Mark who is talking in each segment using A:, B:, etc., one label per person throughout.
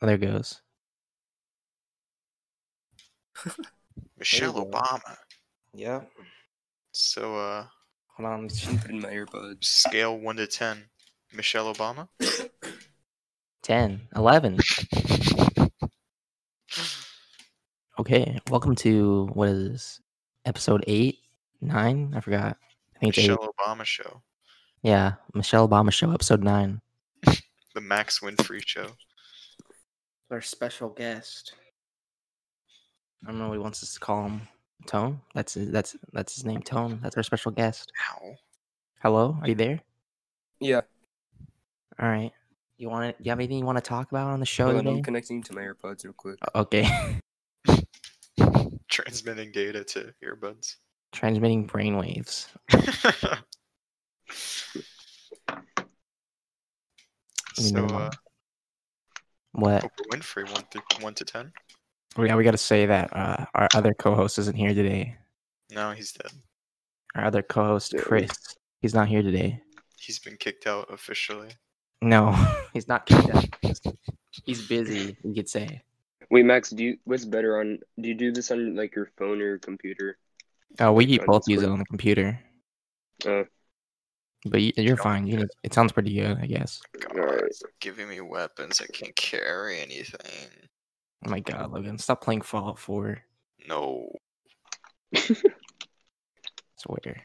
A: There goes.
B: Michelle
C: go.
B: Obama.
C: Yeah.
B: So, uh,
C: Hold on, I'm putting my earbuds.
B: scale one to ten. Michelle Obama.
A: 10, 11. Okay, welcome to what is this? Episode 8, 9? I forgot. I think it's 8.
B: Michelle Obama show.
A: Yeah, Michelle Obama show, episode 9.
B: The Max Winfrey show.
C: Our special guest.
A: I don't know what he wants us to call him. Tone? That's his, that's that's his name, Tone. That's our special guest.
B: Ow.
A: Hello, are you there?
C: Yeah.
A: All right. You want to, you have anything you want to talk about on the show
C: Hold on,
A: today?
C: I'm connecting to my earbuds real quick.
A: Okay.
B: Transmitting data to earbuds.
A: Transmitting brainwaves.
B: so, uh,
A: What?
B: Oprah Winfrey one through one to ten.
A: Oh, yeah, we got to say that uh, our other co-host isn't here today.
B: No, he's dead.
A: Our other co-host,
C: Yeah.
A: Chris, he's not here today.
B: He's been kicked out officially.
A: No, he's not kicked out. He's busy. We could say.
D: Wait, Max, do you what's better on do you do this on like your phone or your computer?
A: Oh, we
D: Fine,
A: both
D: that's
A: use it
D: great.
A: on the computer. Uh.
D: Oh.
A: But you, you're fine. You, it sounds pretty good, I guess.
B: God,
D: Alright.
B: it's giving me weapons. I can't carry anything.
A: Oh my God, Logan, stop playing Fallout 4.
B: No.
A: swear.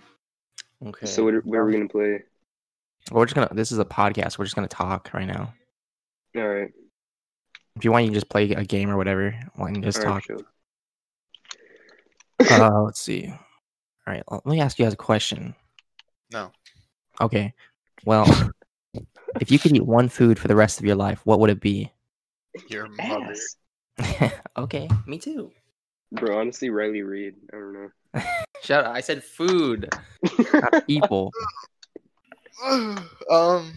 A: Okay.
D: So what, where are we gonna play?
A: We're just gonna. This is a podcast. We're just gonna talk right now.
D: Alright.
A: If you want, you can just play a game or whatever and just
D: Alright,
A: talk.
D: chill.
A: Uh, let's see. All right, let me ask you guys a question.
B: No.
A: Okay. Well, if you could eat one food for the rest of your life, what would it be?
B: Your mother.
D: Ass.
A: okay, me too.
D: Bro, honestly, Riley Reid. I don't know.
A: Shut up. I said food. not people.
B: um.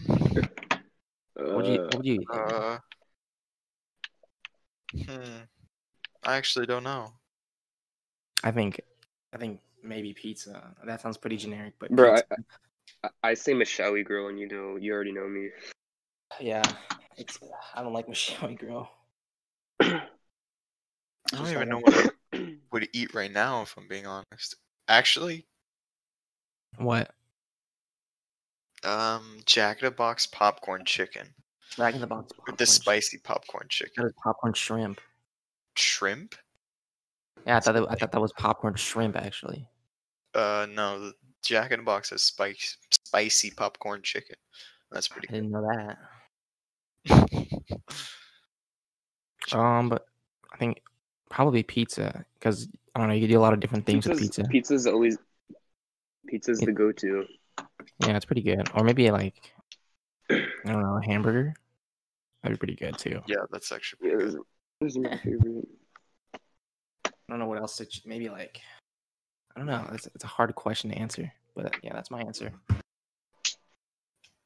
A: What do you,
D: Uh,
A: what do you eat?
B: Uh. Hmm. I actually don't know.
A: I think I think maybe pizza. That sounds pretty generic, but
D: Bro,
A: pizza-
D: I, I say Michelle girl, and you know, you already know me.
A: yeah. It's I don't like Michelle girl.
B: I don't
A: Just
B: even
A: like-
B: know what I would eat right now, if I'm being honest. Actually,
A: What?
B: um, Jack in the Box popcorn chicken.
A: Back in the box.
B: Or
A: popcorn
B: the
A: sh-
B: spicy popcorn
A: That
B: chicken.
A: is popcorn shrimp.
B: Shrimp?
A: Yeah, I thought that, I thought that was popcorn shrimp actually.
B: Uh, no. the Jack in the Box has spice, spicy popcorn chicken. That's pretty
A: I didn't know that.
B: good.
A: Um, but I think probably pizza because I don't know. You could do a lot of different things with
D: Pizza's-
A: pizza.
D: Pizza's always pizza's the go-to.
A: Yeah, it's pretty good. Or maybe like I don't know, a hamburger. That'd be pretty good too.
B: yeah, that's actually
D: Yeah,
B: pretty good.
D: those, those are my favorite.
A: I don't know what else to ch- maybe like. I don't know. It's, it's a hard question to answer, but yeah, that's my answer.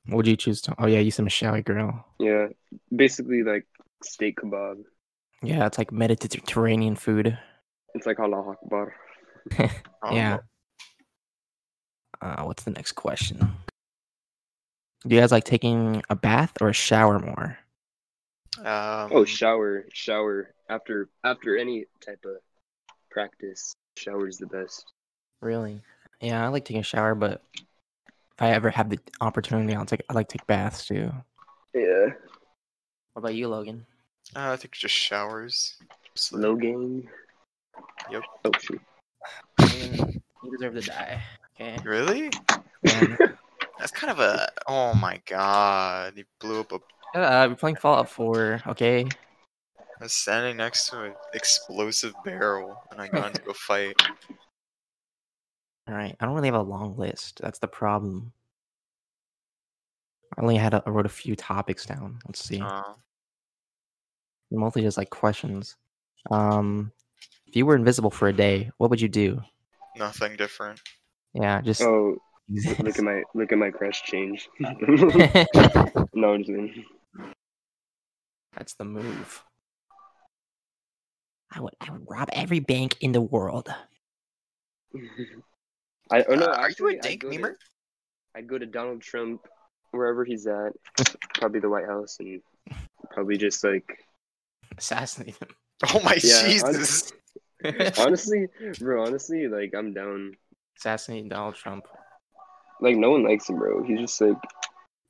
A: What would you choose? To- oh yeah, you said Michelle Grill.
D: Yeah, basically like steak kebab.
A: Yeah, it's like Mediterranean food.
D: It's like Allah Akbar.
B: Um,
A: yeah. Uh, what's the next question? Do you guys like taking a bath or a shower more?
B: Um,
D: Oh, shower, shower after after any type of practice. Shower's the best.
A: Really? Yeah, I like taking a shower, but if I ever have the opportunity, I'll take I like take baths too.
D: Yeah.
A: What about you, Logan?
B: Uh, I think just showers. Just like-
D: Logan.
B: Yep.
D: Oh shoot.
A: Logan, you deserve to die. Okay.
B: Really?
A: Man,
B: That's kind of a. Oh my god! He blew up a,
A: shut up, You're uh, playing Fallout 4. Okay.
B: I was standing next to an explosive barrel, and I got into a fight.
A: All right. I don't really have a long list. That's the problem. I only had a, I wrote a few topics down. Let's see.
B: Uh,
A: Mostly just like questions. Um, if you were invisible for a day, what would you do?
B: nothing different.
A: Yeah, just
D: Oh,
A: exist.
D: look at my look at my crush change. no, I'm just kidding.
A: That's the move. I would I would rob every bank in the world.
D: I oh no.
B: Uh, are you
D: actually,
B: a
D: I'd
B: dank
D: go to-
B: memer?
D: I'd go to Donald Trump, wherever he's at, probably the White House, and probably just like
A: assassinate him.
B: Oh my
D: Yeah, I-
B: Jesus!
D: honestly, bro, honestly, like I'm down.
A: assassinate Donald Trump.
D: Like no one likes him, bro. He's just like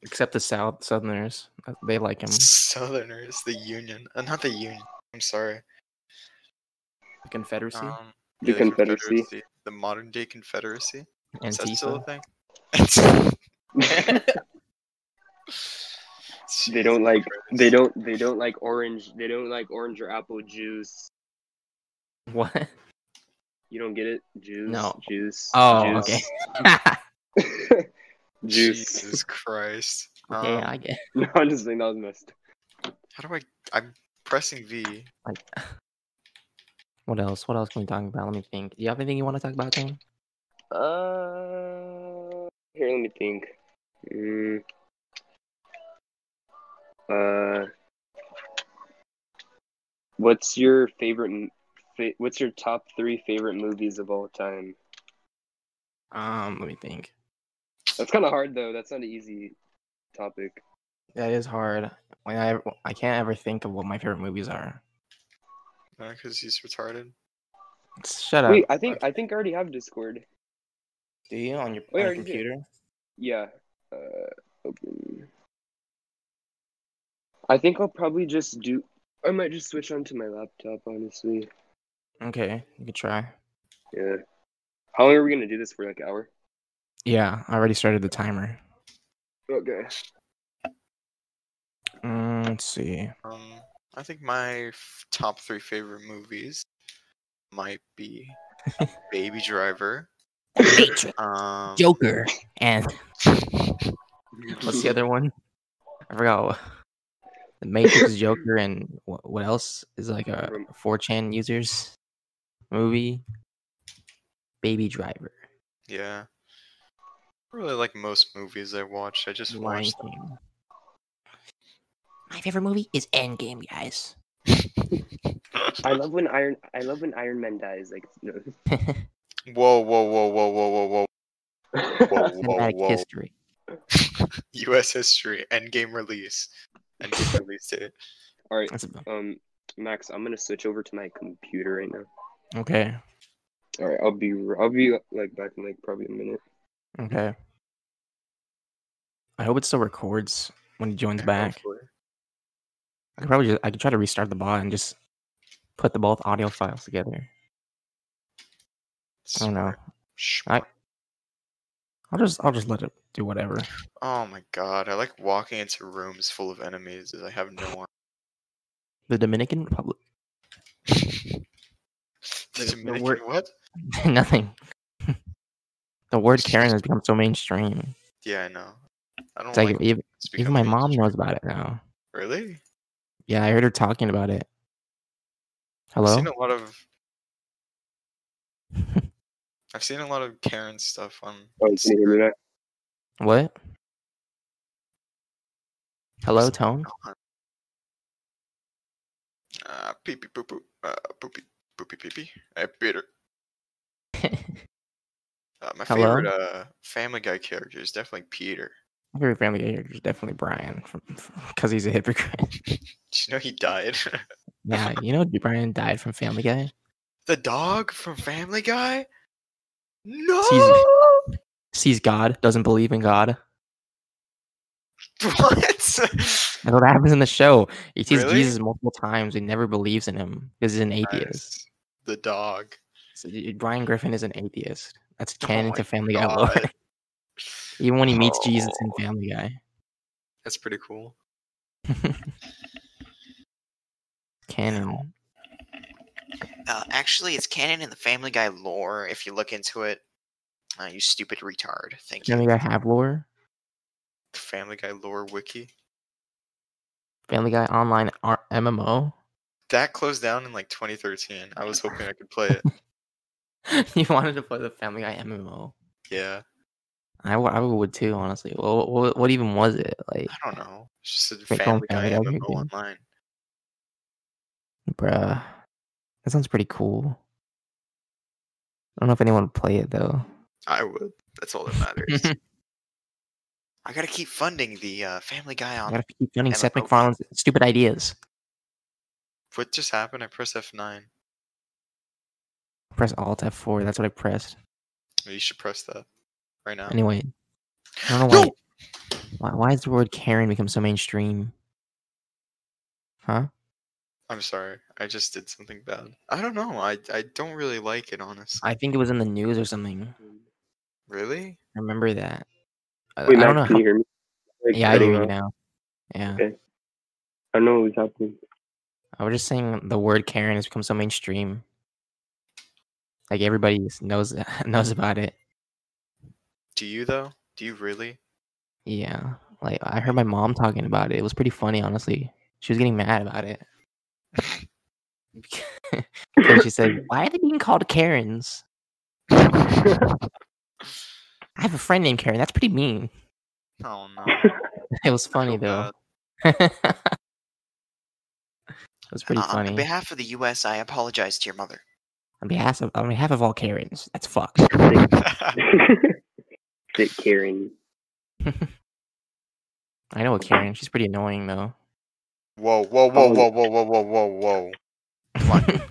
A: Except the South Southerners. Uh, They like him.
B: Southerners, the Union, uh, not the Union. I'm sorry.
A: The Confederacy.
B: Um,
D: The Confederacy.
B: the modern day Confederacy. Is that still a
A: Antifa.
B: thing?
D: they don't like they don't they don't like orange they don't like orange or apple juice.
A: What?
D: You don't get it? Juice.
A: No.
D: Juice.
A: Oh,
D: juice.
B: Hmm.
A: okay.
D: okay. juice.
B: Jesus Christ. Um,
A: yeah, I get.
D: No, I'm just saying that was messed.
B: How do I? I'm pressing V.
A: Like, what else? What else can we talk about? Let me think. Do you have anything you want to talk about, Kane?
D: Uh, here, let me think. Mm. Uh, what's your favorite? m- Fa- what's your top three favorite movies of all time?
A: Um, let me think.
D: That's kind of hard though. That's not an easy topic.
A: That is hard. When I I can't ever think of what my favorite movies are.
B: Because uh, he's retarded.
A: Shut up.
D: Wait, I think I think I already have Discord.
A: Do you on your,
D: Wait,
A: on your
D: I already did.
A: computer?
D: Yeah. Uh, open. I think I'll probably just do. I might just switch onto my laptop, honestly.
A: Okay, you could try.
D: Yeah. How long are we gonna do this for? Like an hour?
A: Yeah, I already started the timer.
D: Okay.
A: Mm, let's see.
B: Um, I think my f- top three favorite movies might be Baby Driver. Um,
A: Joker and what's the other one? I forgot. what- The Matrix Joker and what, what else is like a
D: Rem-
A: 4chan users movie? Baby Driver,
B: Yeah. Really like most movies I watched. I just
A: Lion
B: watched.
A: King. My favorite movie is Endgame, guys.
D: I love when Iron. I love when Iron Man dies. Like. No.
B: Whoa, whoa, whoa, whoa, whoa, whoa, whoa, whoa, whoa,
A: Cinematic
B: whoa.
A: history.
B: U.S. history. Endgame release. Endgame release date.
D: All right.
A: That's a-
D: Um, Max, I'm gonna switch over to my computer right now.
A: okay.
D: All right. I'll be. I'll be like back in like probably a minute.
A: Okay. I hope it still records when he joins back.
B: Hopefully.
A: I could probably just, I could try to restart the bot and just put the both audio files together. I don't know.
B: Smart. Smart.
A: I'll just I'll just let it do whatever.
B: Oh my god, I like walking into rooms full of enemies as I have no one.
A: The Dominican Republic.
B: The
A: the
B: Dominican
A: word-
B: what?
A: Nothing. the word Karen has become so mainstream.
B: Yeah, I know. I don't
A: It's
B: like
A: like even,
B: it's
A: even my
B: becoming-
A: mom knows about it now.
B: Really?
A: Yeah, I heard her talking about it. Hello.
B: I've seen a lot of I've seen a lot of Karen stuff on
D: Oh, can you hear me? Max?
A: What? Hello, Tone.
B: uh pee pee poo poo uh poopy poopy pee pee. I bitter. Uh, my
A: Hello?
B: favorite uh Family Guy character is definitely Peter.
A: My favorite Family Guy character is definitely Brian, because he's a hypocrite.
B: Did you know he died?
A: yeah, you know Brian died from Family Guy.
B: the dog from Family Guy? No
A: Sees God, doesn't believe in God.
B: What?
A: That's what happens in the show. He sees
B: Really?
A: Jesus multiple times. He never believes in him because he's an atheist.
B: Nice. The dog.
A: So, y- Brian Griffin is an atheist. That's
B: Oh
A: canon
B: my
A: to Family Guy lore.
B: God.
A: Even when he meets Jesus in
B: Oh.
A: Family Guy,
B: That's pretty cool.
A: canon.
B: Uh, actually, it's canon in the Family Guy lore if you look into it. Uh, you stupid retard. Thank
A: Family
B: you.
A: Guy have lore.
B: Family Guy lore wiki.
A: Family Guy online R- MMO.
B: That closed down in like 2013. I was hoping I could play it.
A: you wanted to play the Family Guy MMO.
B: Yeah,
A: I w- I would too, honestly. Well, what, what even was it like,
B: I don't know. It's just a
A: Wait, go on,
B: Family Guy
A: Family Guy
B: MMO
A: wiki.
B: online.
A: bruh? That sounds pretty cool. I don't know if anyone would play it though.
B: I would. That's all that matters. I gotta keep funding the uh, Family Guy
A: I
B: on.
A: gotta keep running Seth
B: MMO.
A: MacFarlane's stupid ideas.
B: What just happened? I pressed F9.
A: Press Alt F4. That's what I pressed.
B: You should press that right now.
A: Anyway, I don't know why. Why, why has the word Karen become so mainstream? Huh?
B: I'm sorry. I just did something bad. I don't know. I I don't really like it, honestly.
A: I think it was in the news or something.
B: Really?
A: I remember that. Uh, I,
D: Wait,
A: I don't
D: Max, can
A: know. how-
D: you hear me? Like,
A: yeah, I
D: don't
A: do
D: know.
A: now. Yeah,
D: Okay. I don't know what was happening.
A: I was just saying the word Karen has become so mainstream. Like everybody s- knows knows about it.
B: Do you though? Do you really?
A: Yeah, like I heard my mom talking about it. It was pretty funny, honestly. She was getting mad about it. and she said, "Why are they being called Karens?" I have a friend named Karen. That's pretty mean.
B: Oh no.
A: It was
B: I
A: funny
B: feel
A: though.
B: bad.
A: it was pretty
B: Uh,
A: funny.
B: On behalf of the U.S., I apologize to your mother.
A: on behalf of on behalf of all Karens, that's fucked.
D: Fit Karen.
A: I know a Karen. She's pretty annoying though.
B: whoa, whoa, whoa,
D: Oh.
B: whoa, whoa, whoa, whoa, whoa, whoa.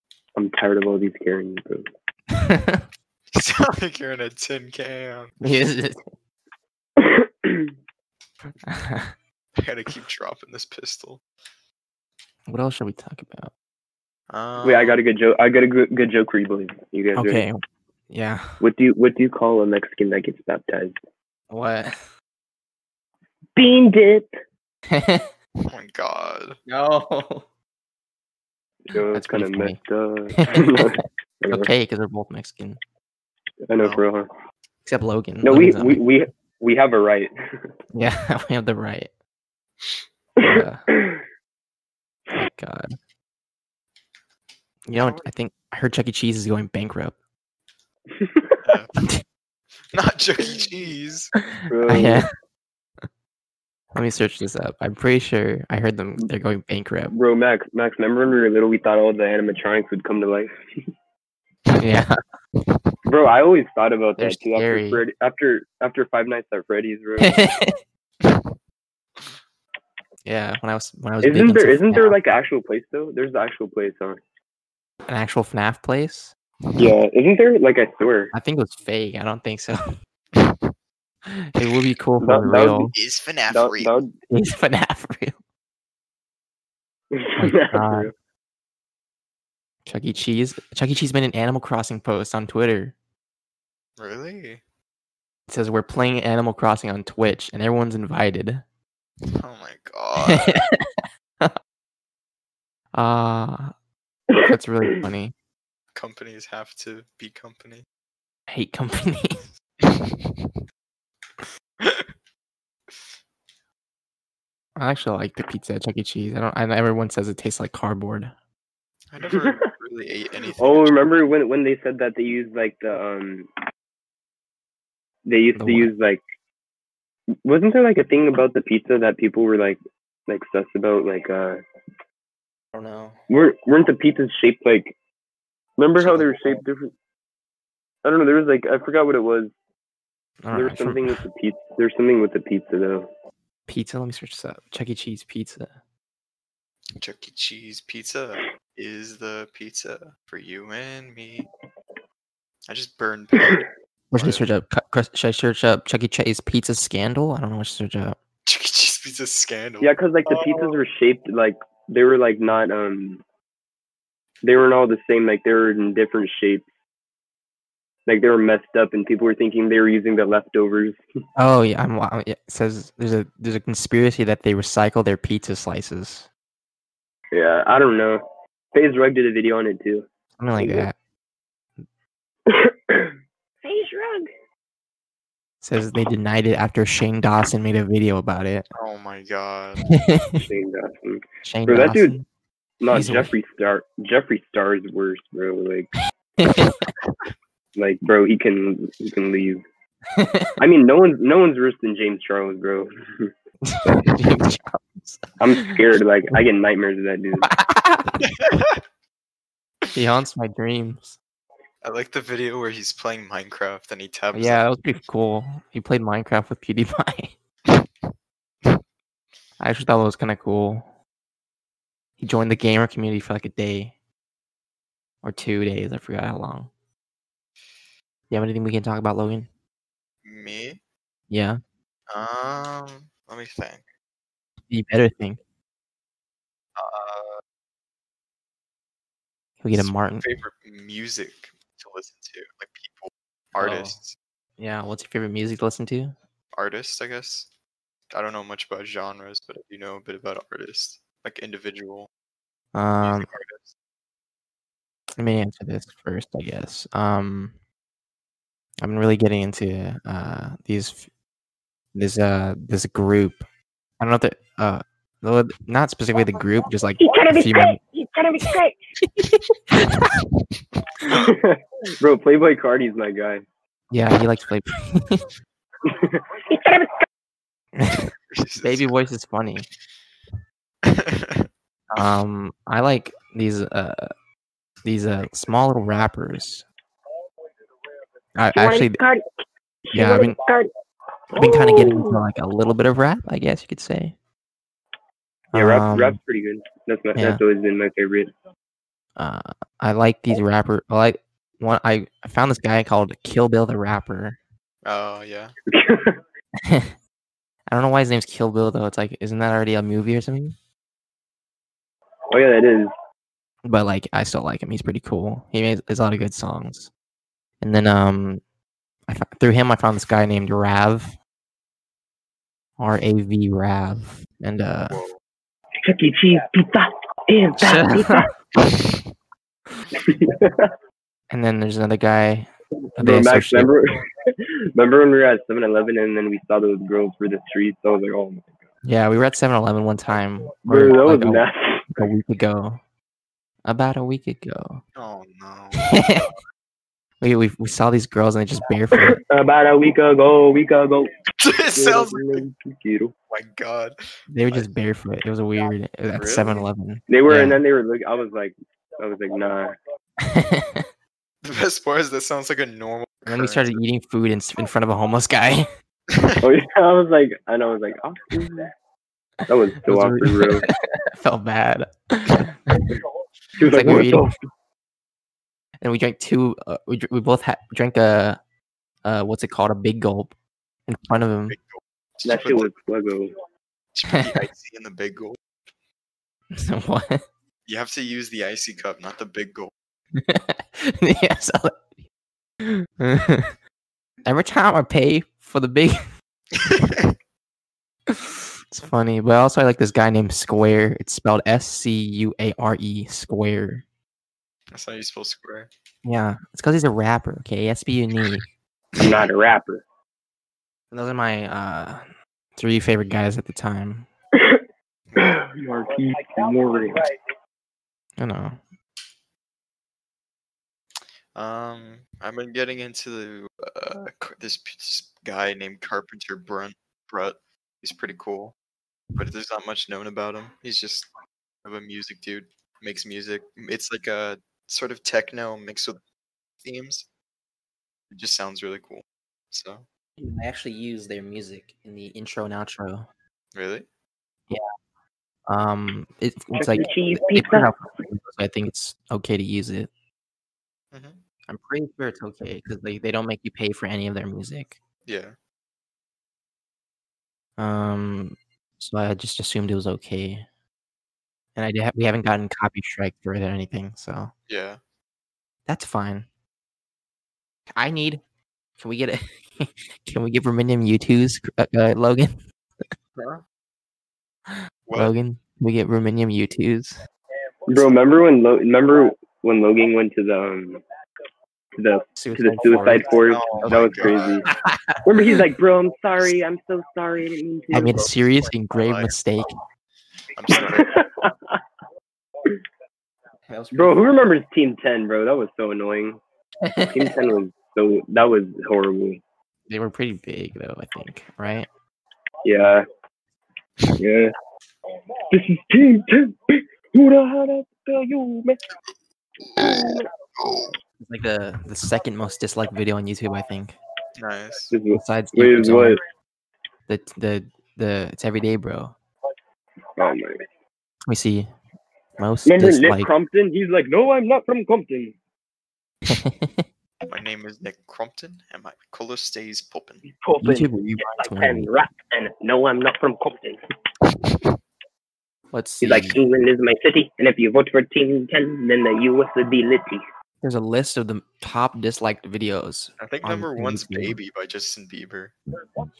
D: I'm tired of all these Karens, bro.
B: You sound like you're in a tin can.
A: Yes.
B: I gotta keep dropping this pistol.
A: what else should we talk about?
B: Um,
D: Wait, I got a good joke. I got a good, good joke for you, boys. You guys ready?
A: Okay. Yeah.
D: What do you What do you call a Mexican that gets baptized?
A: What?
D: Bean dip.
B: Oh my god.
A: no.
D: Yo,
A: That's
D: that's kind of
A: pretty funny.
D: messed up. I know,
A: Okay, because they're both Mexican,
D: I know for real. huh?
A: except Logan.
D: No, we,
A: Logan's not
D: we we we have a right.
A: Mex- yeah, we have the right. Yeah. God. You know, what I think I heard Chuck E. Cheese is going bankrupt.
B: Not Chuck E. Cheese.
D: Oh,
A: yeah. Let me search this up. I'm pretty sure I heard them. They're going bankrupt.
D: Bro, Max, Max, remember when we were little, we thought all the animatronics would come to life.
A: Yeah.
D: Bro, I always thought about
A: They're
D: that too. After,
A: scary.
D: Freddy, after after Five Nights at Freddy's, bro.
A: yeah. When I was when I was big
D: isn't
A: into
D: there isn't there
A: FNAF.
D: like an actual place though? There's the actual place, huh?
A: an actual FNAF place?
D: Yeah, isn't there? Like I swear,
A: I think it was fake. I don't think so. it would be cool for
D: That- that would be-
A: real.
B: Is FNAF
D: that,
B: real?
D: that would,
A: Is FNAF real? Oh God.
D: Bro,
A: Chuck E. Cheese. Chuck E. Cheese made an Animal Crossing post on Twitter.
B: Really?
A: It says we're playing Animal Crossing on Twitch and everyone's invited.
B: Oh my god.
A: Ah, that's really funny.
B: Companies have to be company.
A: I hate company. I actually like the pizza at Chuck E. Cheese. I don't. I know everyone says it tastes like cardboard.
B: I never really ate anything.
D: oh, remember when when they said that they used like the um, they used
A: The
D: to
A: what?
D: use like, wasn't there like a thing about the pizza that people were like like sus about like uh
A: I don't know.
D: weren't weren't the pizzas shaped like? Remember how they were
A: Something like
D: shaped different? I don't know. There was like I forgot what it was.
A: All
D: There was
A: right, from
D: something with the pizza. There's something with the pizza though.
A: pizza. Let me search this up. Chuck E. Cheese pizza.
B: Chuck E. Cheese pizza is the pizza for you and me. I just burned. paper.
A: Or should I
B: Right.
A: search up? cu- crust- Should I search up Chuck E. Cheese pizza scandal? I don't know what to search up.
B: Chuck E. Cheese pizza scandal.
D: Yeah, 'cause like the pizzas were shaped like they were like not um they weren't all the same. Like they were in different shapes. Like they were messed up, and people were thinking they were using the leftovers.
A: Oh yeah, I'm. wa- yeah, It says there's a there's a conspiracy that they recycle their pizza slices.
D: Yeah, I don't know. Phase Rug did a video on it too.
A: Something like
D: Yeah.
A: that.
D: Phase Rug.
A: says they denied it after Shane Dawson made a video about it.
B: Oh my god.
D: Shane Dawson.
A: Shane
D: Bro, that dude-
A: Dawson.
D: Not
A: He's a-
D: Jeffree Star. Jeffree Star's worse, bro. Like, like, bro, he can he can leave. I mean, no one's no one's worse than James Charles, bro.
A: James Charles.
D: I'm scared. Like, I get nightmares of that dude.
A: he haunts my dreams.
B: I like the video where he's playing Minecraft and he taps.
A: Yeah, that was pretty cool. He played Minecraft with PewDiePie. I actually thought that was kind of cool. He joined the gamer community for like a day or two days. I forgot how long. You have anything we can talk about, Logan?
B: Me?
A: Yeah.
B: Um, let me think.
A: The better thing.
B: Uh,
A: Can we get a
B: Sweet
A: Martin?
B: favorite music to listen to, like people,
A: Oh.
B: artists,
A: Yeah. What's your favorite music to listen to?
B: artists, I guess. I don't know much about genres, but I do know a bit about artists, like individual
A: Um,
B: music artists.
A: let me answer this first, I guess. Um, I've been really getting into uh these f- this uh this group. I don't know if the uh the- not specifically the group, just like
E: He's gonna
A: a
E: be
A: few
E: great. He's gonna be great.
D: Bro, Playboy Cardi's my guy.
A: yeah, he likes to play.
E: He's gonna be.
B: Jesus.
A: Baby voice is funny. Um, I like these uh these uh small little rappers. I
E: She wanna
A: actually
E: be Cardi. She
A: Yeah, I
E: wanna be
A: mean-
E: Cardi.
A: I've been kind of getting into
E: Ooh.
A: like a little bit of rap, I guess you could say.
D: Yeah, rap,
A: Um,
D: rap's pretty good. That's my,
A: yeah.
D: that's always been my favorite.
A: uh, I like
D: Oh.
A: these rapper. I like one. I, I found this guy called Kill Bill the rapper.
B: Oh yeah.
D: Oh,
A: I don't know why his name's Kill Bill though. It's like, isn't that already a movie or something?
D: oh yeah, that is.
A: But like, I still like him. He's pretty cool. He makes there's a lot of good songs. And then um, I fo- through him I found this guy named Rav. R A V Rav, and uh,
B: Whoa.
E: Chuck E. Cheese pizza. And that pizza.
A: and then there's another guy. that they
D: Bro, Max,
A: associate-
D: remember, remember when we were at 7-Eleven and then we saw those girls through the streets? I was like, oh my god.
A: Yeah, we were at 7-Eleven one time. or,
D: Bro, that was
A: like, a-
D: nasty.
A: a week ago. About a week ago.
B: Oh no.
A: we, we we saw these girls and they just barefoot.
D: About a week ago, week ago.
B: it sounds. Like, oh
D: Cute.
B: my God.
A: They were just barefoot. It was weird it was at
B: Really?
A: 7-Eleven.
D: They were, and
A: Yeah.
D: then they were looking. I was like, I was like, nah.
A: and
B: The best part is that sounds like a normal.
A: then we started eating food in, s- in front of a homeless guy.
D: Oh yeah, I was like, and I was like, oh, that was so
A: was
D: awkward,
A: really-
D: bro.
A: Felt bad.
D: She was
A: It's like
D: like,
A: we were
D: what the?
A: eating-
D: f-
A: and we drank two uh, we, dr- we both ha- drank a uh what's it called a big gulp in front of him.
D: That shit was Lego.
B: the icy in the big goal.
A: So what?
B: You have to use the icy cup, not the big goal.
A: yeah, so every time I pay for the big it's funny, but also I like this guy named Square. It's spelled S C U A R E Square.
B: That's how you spell square.
A: Yeah, it's because he's a rapper. Okay, yes, be unique.
D: I'm not a rapper.
A: And E. those are my uh, three favorite guys at the time.
D: Marquis Morris.
A: I know.
B: Um, I've been getting into uh, c- this, p- this guy named Carpenter Brunt. Brut. He's pretty cool, but there's not much known about him. He's just kind of a music dude. Makes music. It's like a sort of techno mixed with themes. It just sounds really cool. So
A: I actually use their music in the intro and outro.
B: really,
A: Um, it, it's
E: Chuck E.
A: like
E: Cheese
A: they put it
E: pizza.
A: out for free, so I think it's okay to use it.
B: Mhm.
A: I'm pretty sure it's okay because they, they don't make you pay for any of their music.
B: yeah.
A: Um, so I just assumed it was okay, and I did ha- we haven't gotten copy strike for it or anything, so
B: Yeah.
A: that's fine. I need. Can we get a? can we get Verminium U2s, uh, uh, Logan?
B: What?
A: Logan, can we get Verminium U2s.
D: Bro, remember when? Lo- remember when Logan went to the um, to the to the suicide forest?
B: Oh
D: that
B: my
D: was crazy. Remember, he's like, bro, I'm sorry, I'm so sorry, I didn't mean to.
A: I made a serious and grave
B: Like-
A: mistake.
D: Oh,
B: I'm sorry.
D: bro, who remembers Team Ten, bro? That was so annoying. Team Ten was so that was horrible.
A: they were pretty big though, I think, right?
D: Yeah, yeah. This is Team Ten. Who the hell that tell you, man?
A: It's like the the second most disliked video on YouTube, I think,
B: nice.
D: This is,
A: besides
D: wait,
A: Secret Zone.
D: what?
A: the the the it's everyday, bro.
D: Oh my!
A: Let me see. most
D: Remember Nick
A: dislike.
D: Crompton? He's like, no, I'm not from Compton.
B: My name is Nick Crompton, and my color stays poppin'.
A: YouTube, will you buy
E: I
A: tomorrow?
E: can rap and no, I'm not from Compton.
A: Let's see.
E: He's like, England is my city, and if you vote for Team 10, then the US would be litty.
A: There's a list of the top disliked videos.
B: I think
A: on
B: number one's
A: YouTube.
B: "Baby" by Justin Bieber.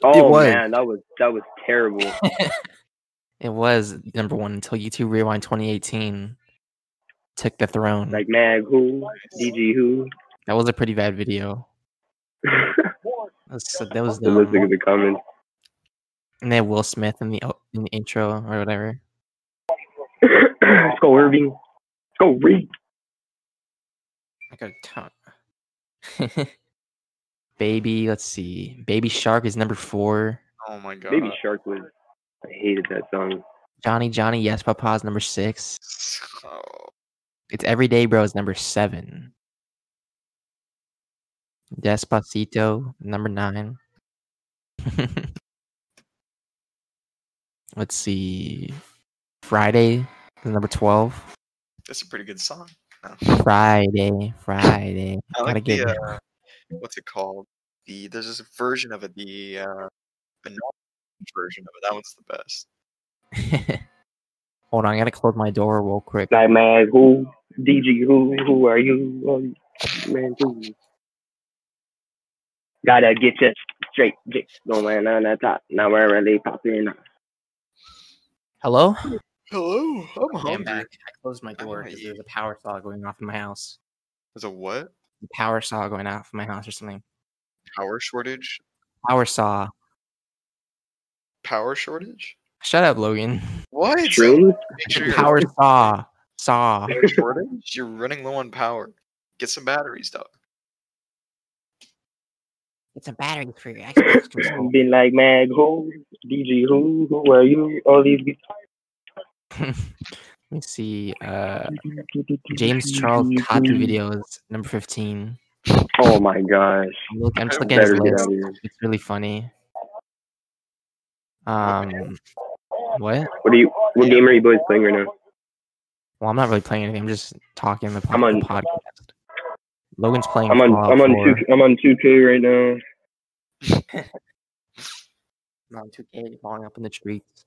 D: Oh
A: was.
D: man, that was that was terrible.
A: It was number one until YouTube Rewind 2018 took the throne.
D: like Mag Who, DG Who.
A: that was a pretty bad video. That was, so- that was
D: Let's look
A: dumb.
D: at the comments.
A: And they had Will Smith in the o- in the intro or whatever.
D: Let's go Irving. Let's go Reed.
A: I got a ton. Baby, let's see. Baby Shark is number four.
B: Oh my god.
D: Baby Shark was. I hated that song.
A: Johnny Johnny Yes Papa is number six.
B: Oh,
A: It's Everyday Bro is number seven. Despacito, number nine. Let's see. Friday is number 12.
B: that's a pretty good song. No.
A: Friday, Friday.
B: I
A: Gotta
B: like
A: get
B: the
A: it.
B: uh, what's it called? The there's this version of it, the uh, banana version of it. That one's the best. uh,
A: Hold on, I gotta close my door real quick.
D: Like Mag Who, DG Who, who are you? Oh, man, who? Gotta get you straight. Get going on the top. Now we're really popping.
A: Hello?
B: Hello, I'm
A: Okay, I'm
B: hungry.
A: back. I closed my
B: I
A: door
B: wanna
A: because
B: eat.
A: there was a power saw going off in my house.
B: There's a what?
A: A power saw going off in my house or something.
B: Power shortage?
A: Power saw.
B: Power shortage?
A: Shut up, Logan.
B: What?
D: Shrooms?
B: Make sure you're-
A: Power saw. Saw.
B: power shortage. You're running low on power. Get some batteries, dog.
A: It's a battery for your Xbox control.
D: Been like Mag Who, DG Who, who are you? All these.
A: Let me see. Uh, James Charles Cotton videos, number 15.
D: Oh my gosh.
A: I'm, look, I'm just
B: I
A: looking at his
D: better get
A: list.
D: out of here.
A: It's really funny. Um, what?
D: What are you? What game are you boys playing right now?
A: Well, I'm not really playing anything. I'm just talking in the, po-
D: I'm on-
A: the podcast. Logan's playing.
D: I'm on.
A: Fallout
D: I'm on
A: 4.
D: two. I'm on 2K right now.
A: I'm on 2K, falling up in the streets.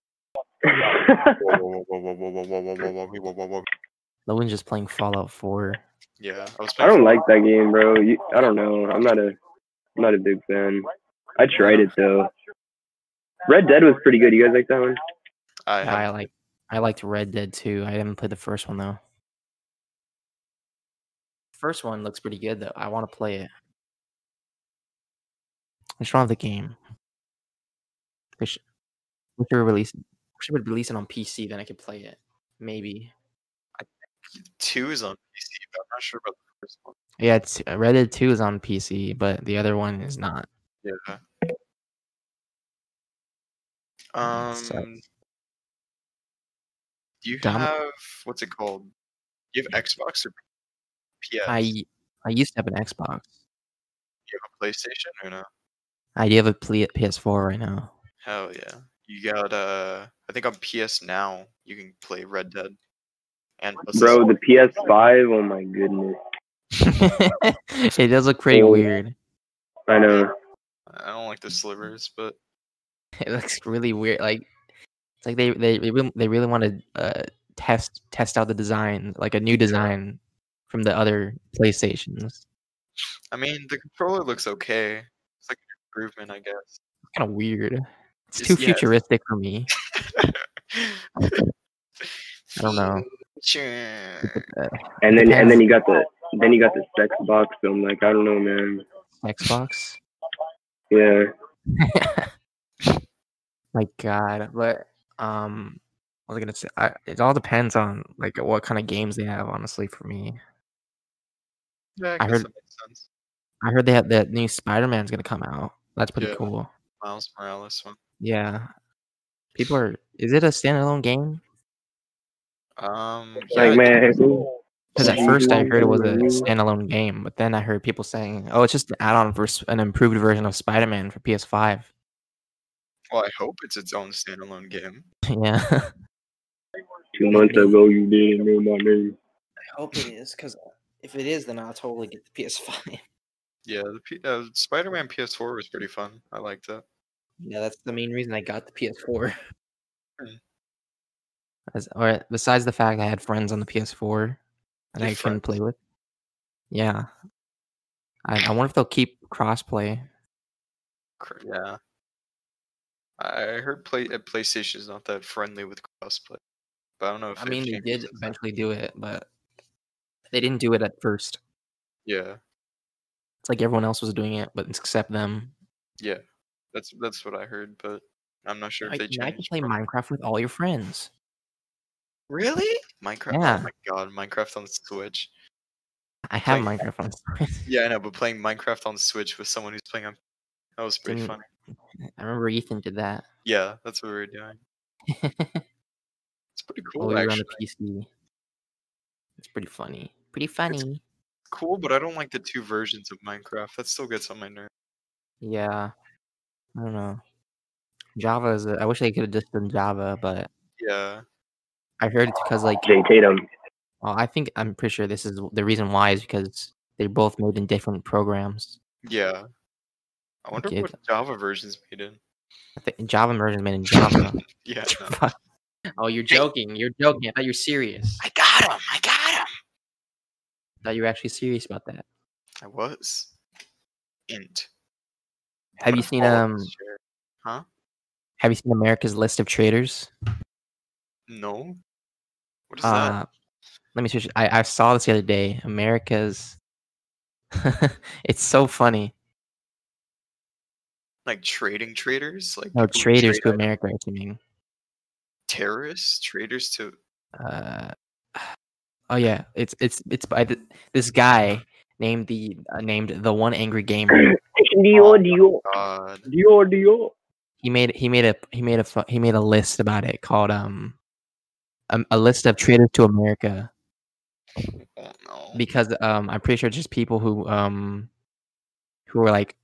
B: Whoa, whoa, whoa, whoa, whoa, whoa, whoa, whoa, whoa, whoa, whoa, whoa, whoa.
A: Logan's just playing Fallout 4.
B: Yeah, I was
D: I don't like that game, bro. You, I don't know. I'm not a. I'm not a big fan. I tried it though. Red Dead was pretty good. You guys like that one?
B: I,
A: I,
B: have-
A: like. I liked Red Dead 2. I haven't played the first one though. First one looks pretty good though. I want to play it. What's wrong with the game? They should, we should release. We should release it on PC. Then I could play it. Maybe.
B: two is on PC, but I'm not sure about the first one.
A: Yeah, it's uh, Red Dead 2 is on PC, but the other one is not.
B: Yeah.
A: Mm, so-
B: Um, do you
A: Dom-
B: have what's it called? Do you have Xbox or PS?
A: I
B: do you
A: I used to have an Xbox.
B: have a PlayStation or no?
A: I do have a ple- PS4 right now.
B: Hell yeah! You got uh, I think on PS now you can play Red Dead. And plus it's-
D: Bro, the PS5. Oh my goodness.
A: it does look pretty
D: Oh.
A: weird.
D: I know.
B: I don't like the slivers, but
A: It looks really weird. Like it's like they they they really, they really want to uh, test test out the design, like a new design from the other PlayStations. It's
B: I mean the controller looks okay. It's like an improvement, I guess.
A: kind of weird. It's
B: Just-
A: too
B: yeah, it's-
A: futuristic for me.
B: I
A: don't know.
B: Future.
A: Uh,
D: And then and
A: Depends.
D: then you got the then you got the sex box. So I'm like, I don't know, man.
A: Xbox.
D: Yeah.
A: My God, but um, what was I gonna say? I, it all depends on like what kind of games they have. Honestly, for me,
B: Yeah, I,
A: I
B: guess
A: heard-
B: that makes sense.
A: I heard they have that new Spider Man's gonna come out. That's pretty
B: Yeah.
A: cool.
B: Miles Morales one.
A: Yeah, people are. Is it a standalone game?
B: Um, yeah,
D: Like
B: I
D: man.
B: guess-
D: who-
A: Because at
D: Yeah,
A: first I heard it was a
D: yeah.
A: standalone game, but then I heard people saying, "Oh, it's just an add-on for s- an improved version of Spider Man for PS5."
B: Well, I hope it's its own standalone game.
A: yeah,
D: Two months ago, you didn't know my name.
F: I hope it is, because if it is, then I'll totally get the PS5.
B: Yeah, the P- uh, Spider-Man PS4 was pretty fun. I liked that.
F: yeah, that's the main reason I got the PS4.
A: Hmm. As, or besides the fact I had friends on the PS4 that
B: Your
A: I couldn't play with. Yeah. I, I wonder if they'll keep crossplay.
B: Cr- Yeah. I I heard play uh, PlayStation's not that friendly with crossplay, but I don't know if
A: I
B: they've
A: mean, they
B: changed
A: did
B: since then.
A: eventually do it, but they didn't do it at first.
B: Yeah,
A: It's like everyone else was doing it, but except them.
B: yeah, that's that's what I heard, but I'm not sure if
A: Like,
B: they
A: now you can
B: changed.
A: play
B: from-
A: Minecraft with all your friends.
B: Really? Minecraft.
A: Yeah.
B: Oh my god, Minecraft on Switch.
A: I have
B: Like-
A: Minecraft on Switch.
B: Yeah, I know, but playing Minecraft on Switch with someone who's playing on that was pretty
A: Didn't-
B: funny.
A: I remember Ethan did that
B: Yeah, that's what we were doing. It's pretty
A: while
B: cool,
A: we were on
B: actually.
A: the PC. It's pretty funny. Pretty funny.
B: Cool, but I don't like the two versions of Minecraft. That still gets on my nerves.
A: Yeah. I don't know. Java is. A, I wish they could have just done Java, but
B: Yeah.
A: I heard it's because like
D: Jay Tatum.
A: Well, I think I'm pretty sure this is w- the reason why is because they're both made in different programs.
B: Yeah. I wonder
A: Okay,
B: what Java version's made in.
A: I think Java version is made in Java.
B: Yeah. no.
A: Fuck. oh, you're joking. You're joking. I thought you were serious.
B: I got him. I got him.
A: I thought you were actually serious about that.
B: I was. Int.
A: Have you
B: What a
A: seen
B: fall
A: um
B: off this chair.
A: have you seen America's list of traders?
B: No. What is that?
A: Uh let me switch. I, I saw this the other day. America's it's so funny.
B: Like trading traders? Like
A: No
B: people who
A: traders to
B: trade, like,
A: America, I mean.
B: terrorists? Traders to
A: uh oh yeah it's it's it's by th- this guy named the uh, named the one angry gamer
D: Dio, Dio,
B: God.
D: Dio, Dio.
A: he made he made a he made a fu- he made a list about it called um a, a list of traitors to america
B: Oh no.
A: because um i'm pretty sure it's just people who um who were like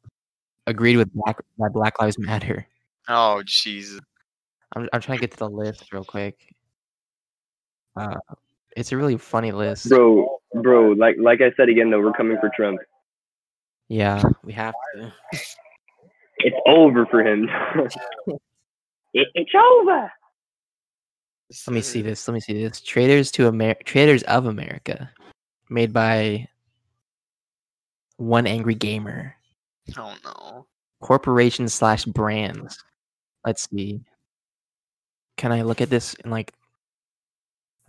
A: agreed with black that black lives matter
B: oh Jesus.
A: i'm, I'm trying to get to the list real quick uh it's a really funny list
D: Bro, bro, like like I said again though, we're coming for Trump.
A: yeah we have to
D: It's over for him.
E: It, it's over.
A: Let me see this. Let me see this. Traders to Amer- Traders of America, made by one angry gamer
B: Oh no.
A: corporation slash brands. Let's see. Can I look at this and like?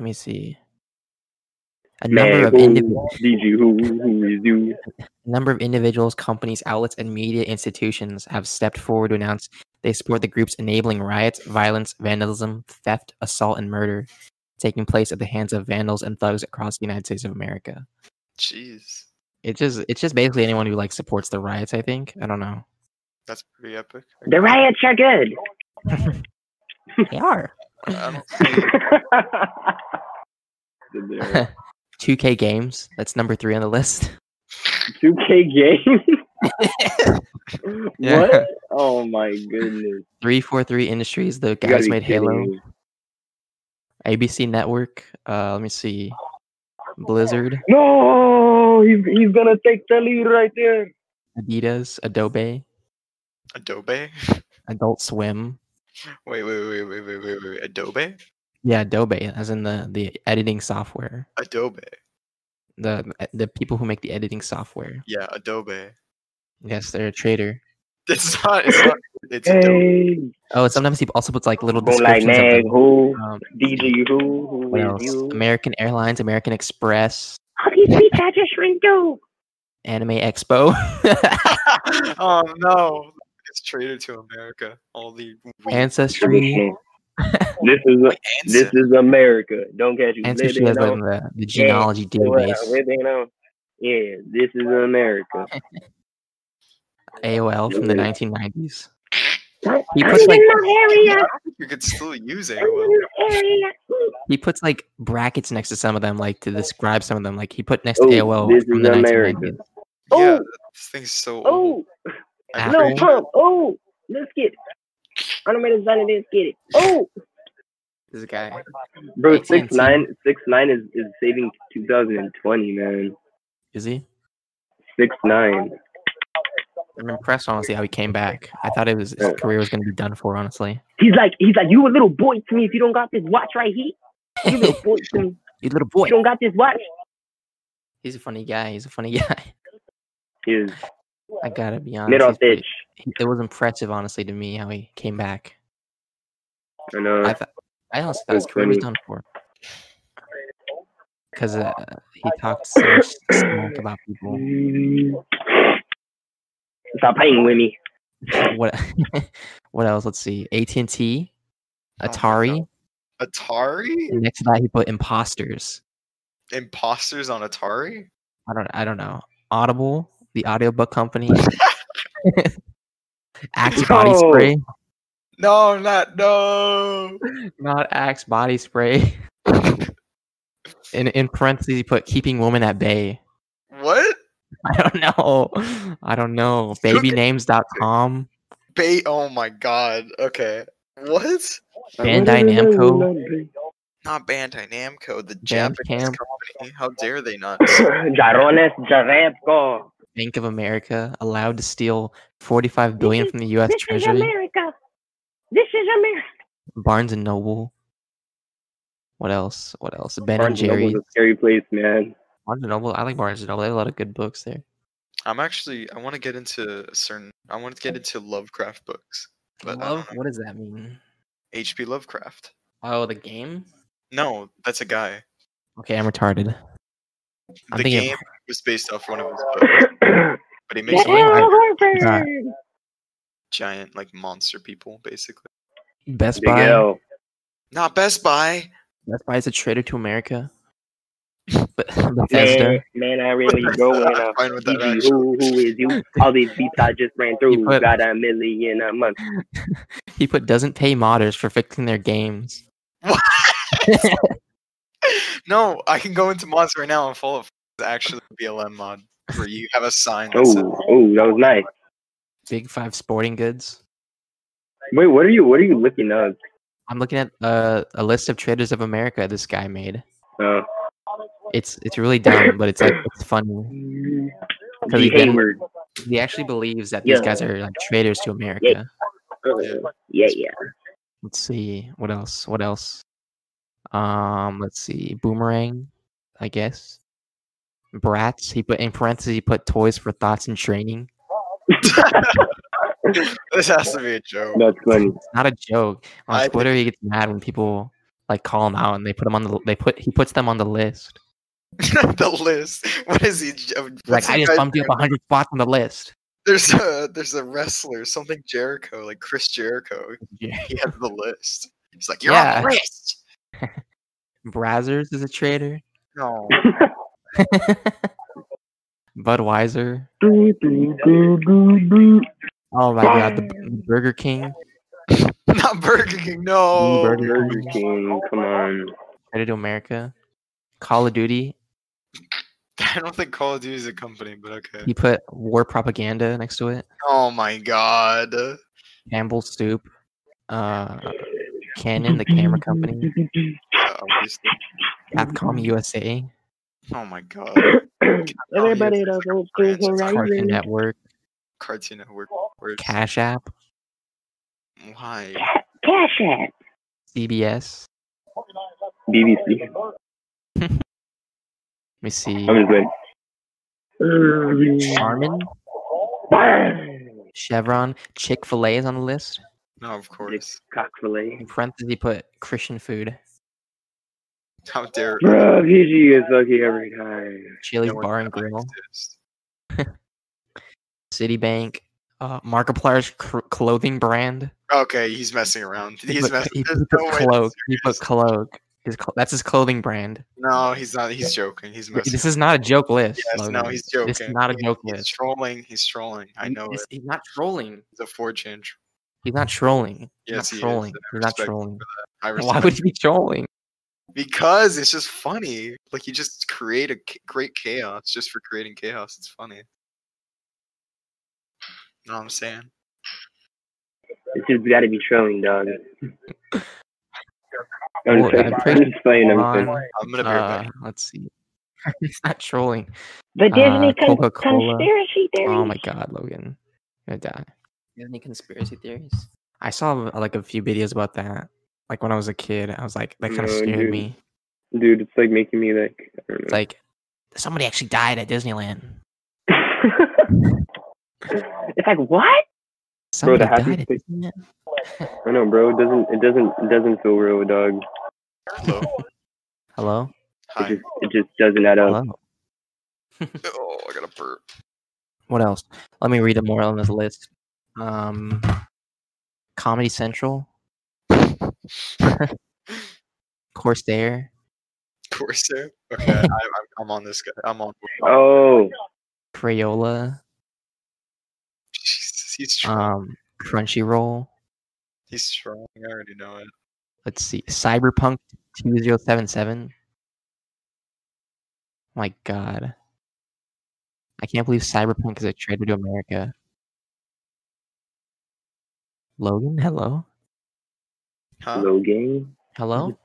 A: Let me see. A number
D: Man,
A: of
D: who
A: indiv-
D: did you? Who, who is you?
A: number of individuals, companies, outlets, and media institutions have stepped forward to announce they support the groups enabling riots, violence, vandalism, theft, assault, and murder taking place at the hands of vandals and thugs across the United States of America.
B: Jeez.
A: It's just it's just basically anyone who like supports the riots, I think. I don't know.
B: That's pretty epic.
E: The riots are good.
A: They are.
B: I don't see
D: There.
A: 2K games. That's number 3 on the list.
D: 2K game? What? Oh my goodness.
A: 343 Industries, the
D: You gotta
A: guys
D: be
A: made
D: kidding
A: Halo,
D: me.
A: ABC Network, uh let me see. Blizzard,
D: No, he's, he's gonna take the lead right there.
A: Adidas, Adobe,
B: Adobe?
A: Adult Swim,
B: Wait, wait, wait, wait, wait, wait, wait. Adobe?
A: Yeah, Adobe, as in the the editing software.
B: Adobe.
A: The the- the people who make the editing software.
B: Yeah, Adobe.
A: Yes, they're a trader.
B: It's not it's not it's Adobe.
D: Hey,
A: Oh, and sometimes he also puts like little
E: Who like
A: descriptions of
E: Meg?
A: the,
E: Who?
A: um,
E: DJ who? Who
A: what
E: is
A: else?
E: you?
A: American Airlines, American Express,
E: Hockey pizza just ring too.
A: Anime Expo,
B: oh no. It's traded to America. All the weak
A: Ancestry.
D: This is this
B: Anson.
D: is America. Don't catch you.
A: Ancestry
D: Living
A: has like
D: on-
A: the, the genealogy
D: well,
A: database.
D: living on- Yeah, this is America.
A: AOL from the
D: Yeah.
A: 1990s.
E: I'm
A: He puts
E: in
A: like
E: my area.
B: You could still use
E: I'm
B: AOL.
E: in my area.
A: he puts like brackets next to some of them, like to describe some of them. Like he put next
D: Oh,
A: to AOL
D: this
A: from
D: is
A: the
D: America.
A: 1990s.
B: Yeah,
E: Oh.
B: this thing's so old.
E: Oh, no
A: Average.
E: pump. Oh, let's get it. I don't know where the designer didn't get it. Oh,
A: This guy.
D: Bro,
A: AT&T.
D: six nine, six nine is is saving 2020, man.
A: Is he?
D: Six nine.
A: I'm impressed, honestly, how he came back. I thought it was his
D: Yeah.
A: career was going to be done for, honestly.
E: He's like, he's like, you a little boy to me if you don't got this watch right here. You little boy to me.
A: You little
E: If
A: boy.
E: you don't got this watch.
A: He's a funny guy. He's a funny guy.
D: Is
A: I gotta be honest.
D: middle
A: he's pretty-
D: bitch.
A: he- it was impressive, honestly, to me how he came back.
D: I know.
A: I thought I honestly thought his
D: That's
A: career was
D: funny.
A: done for. Because uh, he talks so much smack about people.
E: Mm. Stop playing with me.
A: What? what else? Let's see. AT and T,
B: Oh, that's
A: Atari.
B: Atari?
A: And next to that, he put imposters.
B: Imposters on Atari?
A: I don't. I don't know. Audible, the audiobook company. Axe body
D: No.
A: spray.
B: No, not no.
A: Not Axe body spray. in in parentheses, he put keeping woman at bay.
B: What?
A: I don't know. I don't know. Babynames.com.
B: Bait oh my god. Okay. What?
A: Bandai Namco.
B: Not Bandai Namco, the
A: Bandcamp.
B: Japanese company. How dare they not?
E: Jarones Jarepko.
A: Bank of America allowed to steal 45 billion from the U.S. Treasury.
E: America. This is America.
A: Barnes and Noble. What else? What else? Ben and
D: Barnes and Noble's
A: Jerry.
D: a scary place, man.
A: Barnes and Noble. I like Barnes and Noble. They have a lot of good books there.
B: I'm actually I want to get into a certain I want to get into Lovecraft books. But I don't
A: Love.
B: know.
A: What does that mean?
B: HP Lovecraft.
A: Oh, the game.
B: No, that's a guy.
A: Okay, I'm retarded. I'm
B: the
A: thinking
B: game
A: of-
B: was based off one of his books, but he makes
A: Yeah.
B: them
A: Right.
E: Harvard.
B: giant like monster people basically.
A: Best
D: Big
A: Buy.
D: L.
B: Not Best Buy.
A: Best Buy is a traitor to America. But Bethesda.
E: Man, man, I really go in a
B: I'm fine with that.
E: easy.
B: Actually.
E: Who, who is you? All these beats I just ran through.
A: You put-
E: Got a million a month.
A: He put doesn't pay modders for fixing their games.
B: No, I can go into mods right now and follow up actually BLM mod where you have a sign that
D: Oh,
B: says
D: oh, that was nice.
A: Big Five Sporting Goods.
D: Wait, what are you? What are you looking up?
A: I'm looking at uh, a list of traders of America this guy made.
D: Uh,
A: It's it's really dumb, but it's like it's funny.
D: the
A: he didn't-
D: Hayward.
A: He actually believes that these
E: Yeah.
A: guys are like traitors to America.
D: Uh,
E: Yeah, yeah.
A: Let's see what else. What else? Um, let's see. Boomerang, I guess. Brats. He put in parentheses. He put toys for thoughts and training.
E: Oh.
B: this has to be a joke.
D: That's funny.
A: It's not a joke. On
B: I think-
A: Twitter, he gets mad when people like call him out and they put him on the. They put he puts them on the list.
B: the list. What is he? j- um,
A: Like
B: what's
A: I
B: he
A: just
B: guy
A: bumped you
B: doing?
A: up hundred spots on the list.
B: There's a there's a wrestler, something Jericho, like Chris Jericho.
A: Yeah.
B: He has the list. He's like, you're on
A: Yeah.
B: the list.
A: Brazzers is a traitor.
B: No,
A: Budweiser. Oh my god, the, b- the Burger King.
B: not Burger King. No,
D: Burger King, come on.
A: Credit to America. Call of Duty.
B: I don't think Call of Duty is a company, but okay.
A: He put war propaganda next to it.
B: Oh my god.
A: Campbell's soup. Uh Canon, the camera company.
B: Yeah, obviously.
A: Capcom USA.
B: Oh my god. Everybody does
A: Cartoon Network.
B: Cartoon Network. Where's-
A: Cash App.
B: Why?
E: Cash App.
A: CBS.
D: BBC.
A: Let me see.
D: I'm just like,
A: Charmin. Chevron. Chick fil A is on the list.
B: No, of course.
A: In parentheses, he put Christian food.
B: How dare
D: bro, PG is lucky every time.
A: Chili's
B: no one
A: Bar and
B: ever
A: Grill.
B: exist.
A: Citibank, uh, Markiplier's cr- clothing brand.
B: Okay, he's messing around.
A: He
B: He's
A: put-
B: messing.
A: he
B: there's
A: put
B: no way that's
A: cloak. He put
B: serious.
A: cloak. His cl- that's his clothing brand.
B: No, he's not. He's joking. He's messing.
A: This is not a joke list.
B: Yes, no,
A: Logan.
B: he's
A: This is
B: joking.
A: not a
B: He-
A: joke
B: He's
A: list.
B: trolling. He's trolling. I
A: He-
B: know
A: he's,
B: it.
A: he's not trolling.
B: He's a 4chan. tro-
A: He's not trolling. He's
B: Yes,
A: not
B: he is,
A: trolling.
B: and I
A: He's not
B: respect him
A: trolling.
B: I
A: Why
B: respect
A: would he be trolling?
B: Because it's just funny. Like you just create a ca- great chaos just for creating chaos. It's funny. Know what I'm saying?
D: This has got to be trolling, dog. I'm,
A: Well,
D: just,
A: I'm
D: I'm
A: pretty
D: just playing. I'm
A: on,
D: just-
B: I'm gonna be
A: uh,
B: right back.
A: let's see. He's not trolling.
E: The Disney
A: Uh,
E: con-
A: Coca-Cola.
E: conspiracy theory.
A: Oh my god, Logan. You're gonna die.
F: You have any conspiracy theories?
A: I saw uh, like a few videos about that. Like when I was a kid, I was like, that kind
D: No,
A: of scared
D: dude.
A: me.
D: dude, it's like making me like. I don't
A: It's
D: know.
A: like somebody actually died at Disneyland.
E: it's like what?
A: Somebody
D: happy
A: died at
D: face-
A: Disneyland.
D: I know, bro. It doesn't. It doesn't. It doesn't feel real, dog.
B: Hello.
A: Hello?
D: It
B: Hi.
D: just. It just doesn't add up.
A: Hello.
B: Oh, I got a burp.
A: What else? Let me read the more on this list. Um Comedy Central, Corsair,
B: Corsair. Okay, I, I'm, I'm on this guy. I'm on.
D: Oh,
A: Crayola,
B: Jesus, he's strong.
A: um, Crunchyroll.
B: he's strong. I already know it.
A: Let's see. Cyberpunk 2077. My God. I can't believe Cyberpunk is a traitor to America. Logan, hello?
B: Huh?
D: Logan.
A: Hello?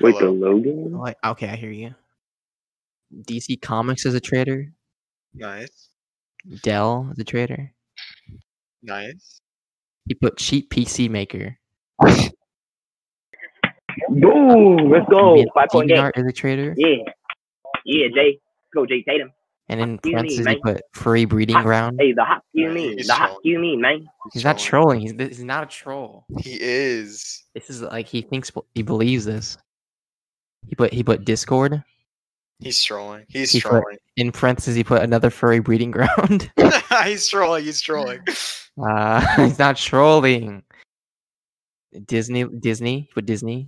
D: Wait, the
B: Hello?
D: Logan?
A: Like, okay, Oh, I hear you. DC Comics is a traitor.
B: Nice.
A: Dell is a traitor.
B: Nice.
A: He put cheap PC maker.
E: Boom! Let's go.
A: Mean-
E: Oh, Five point eight.
A: DeviantArt is a traitor.
E: Yeah, yeah, Jay. Go, Jay Tatum.
A: And in
E: Fuck you,
A: parentheses, he
E: mate.
A: put free breeding
E: Fuck.
A: ground.
E: Hey, the hop you
B: Yeah,
E: mean?
B: he's
E: The hop
B: trolling.
E: you mean, man?
A: He's not trolling. He's, he's not a troll.
B: He is.
A: This is like he thinks he believes this. He put he put Discord
B: He's trolling. He's
A: He's right.
B: trolling.
A: in parentheses. He put another furry breeding ground.
B: he's trolling. He's trolling.
A: Uh, he's not trolling. Disney Disney he put Disney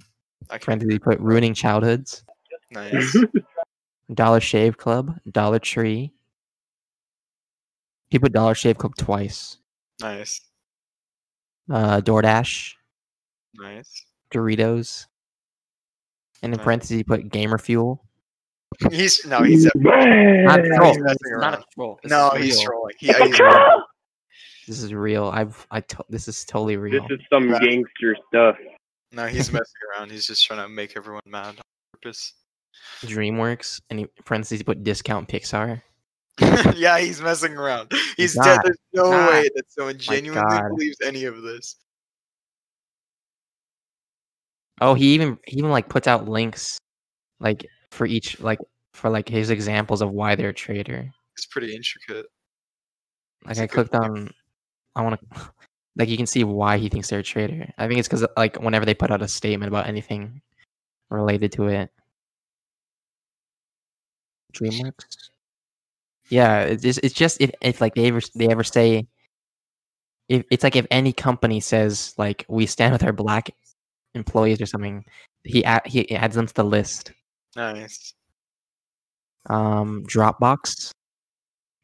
B: I can,
A: parentheses. He put ruining childhoods.
B: nice.
A: Dollar Shave Club. Dollar Tree. He put Dollar Shave Club twice.
B: Nice.
A: Uh, DoorDash,
B: Nice.
A: Doritos, and in
B: Nice.
A: parentheses he put Gamer Fuel.
B: He's no. He's a,
A: Not a troll.
B: messing
A: This is not a
B: around.
A: troll. This
B: no.
A: is
B: He's
A: real.
B: trolling. He,
E: It's a
B: he's
E: troll.
A: This is real. I've I to- this is totally real.
D: This is some
B: Right.
D: gangster stuff.
B: No, he's messing around. He's just trying to make everyone mad on purpose.
A: DreamWorks, and he, parentheses, he put discount Pixar.
B: yeah, he's messing around. He's,
A: He's
B: dead.
A: not.
B: There's no
A: not. Oh
B: way that someone genuinely
A: God.
B: believes any of this.
A: Oh, he even he even like puts out links, like for each like for like his examples of why they're a traitor.
B: It's pretty intricate.
A: Like
B: That's a
A: I
B: good
A: clicked
B: point.
A: on, I want to, like you can see why he thinks they're a traitor. I think it's because like whenever they put out a statement about anything related to it. DreamWorks. Yeah, it's just, it's just if, if like they ever they ever say, if it's like if any company says like we stand with our black employees or something, he add, he adds them to the list.
B: Nice.
A: Um, Dropbox.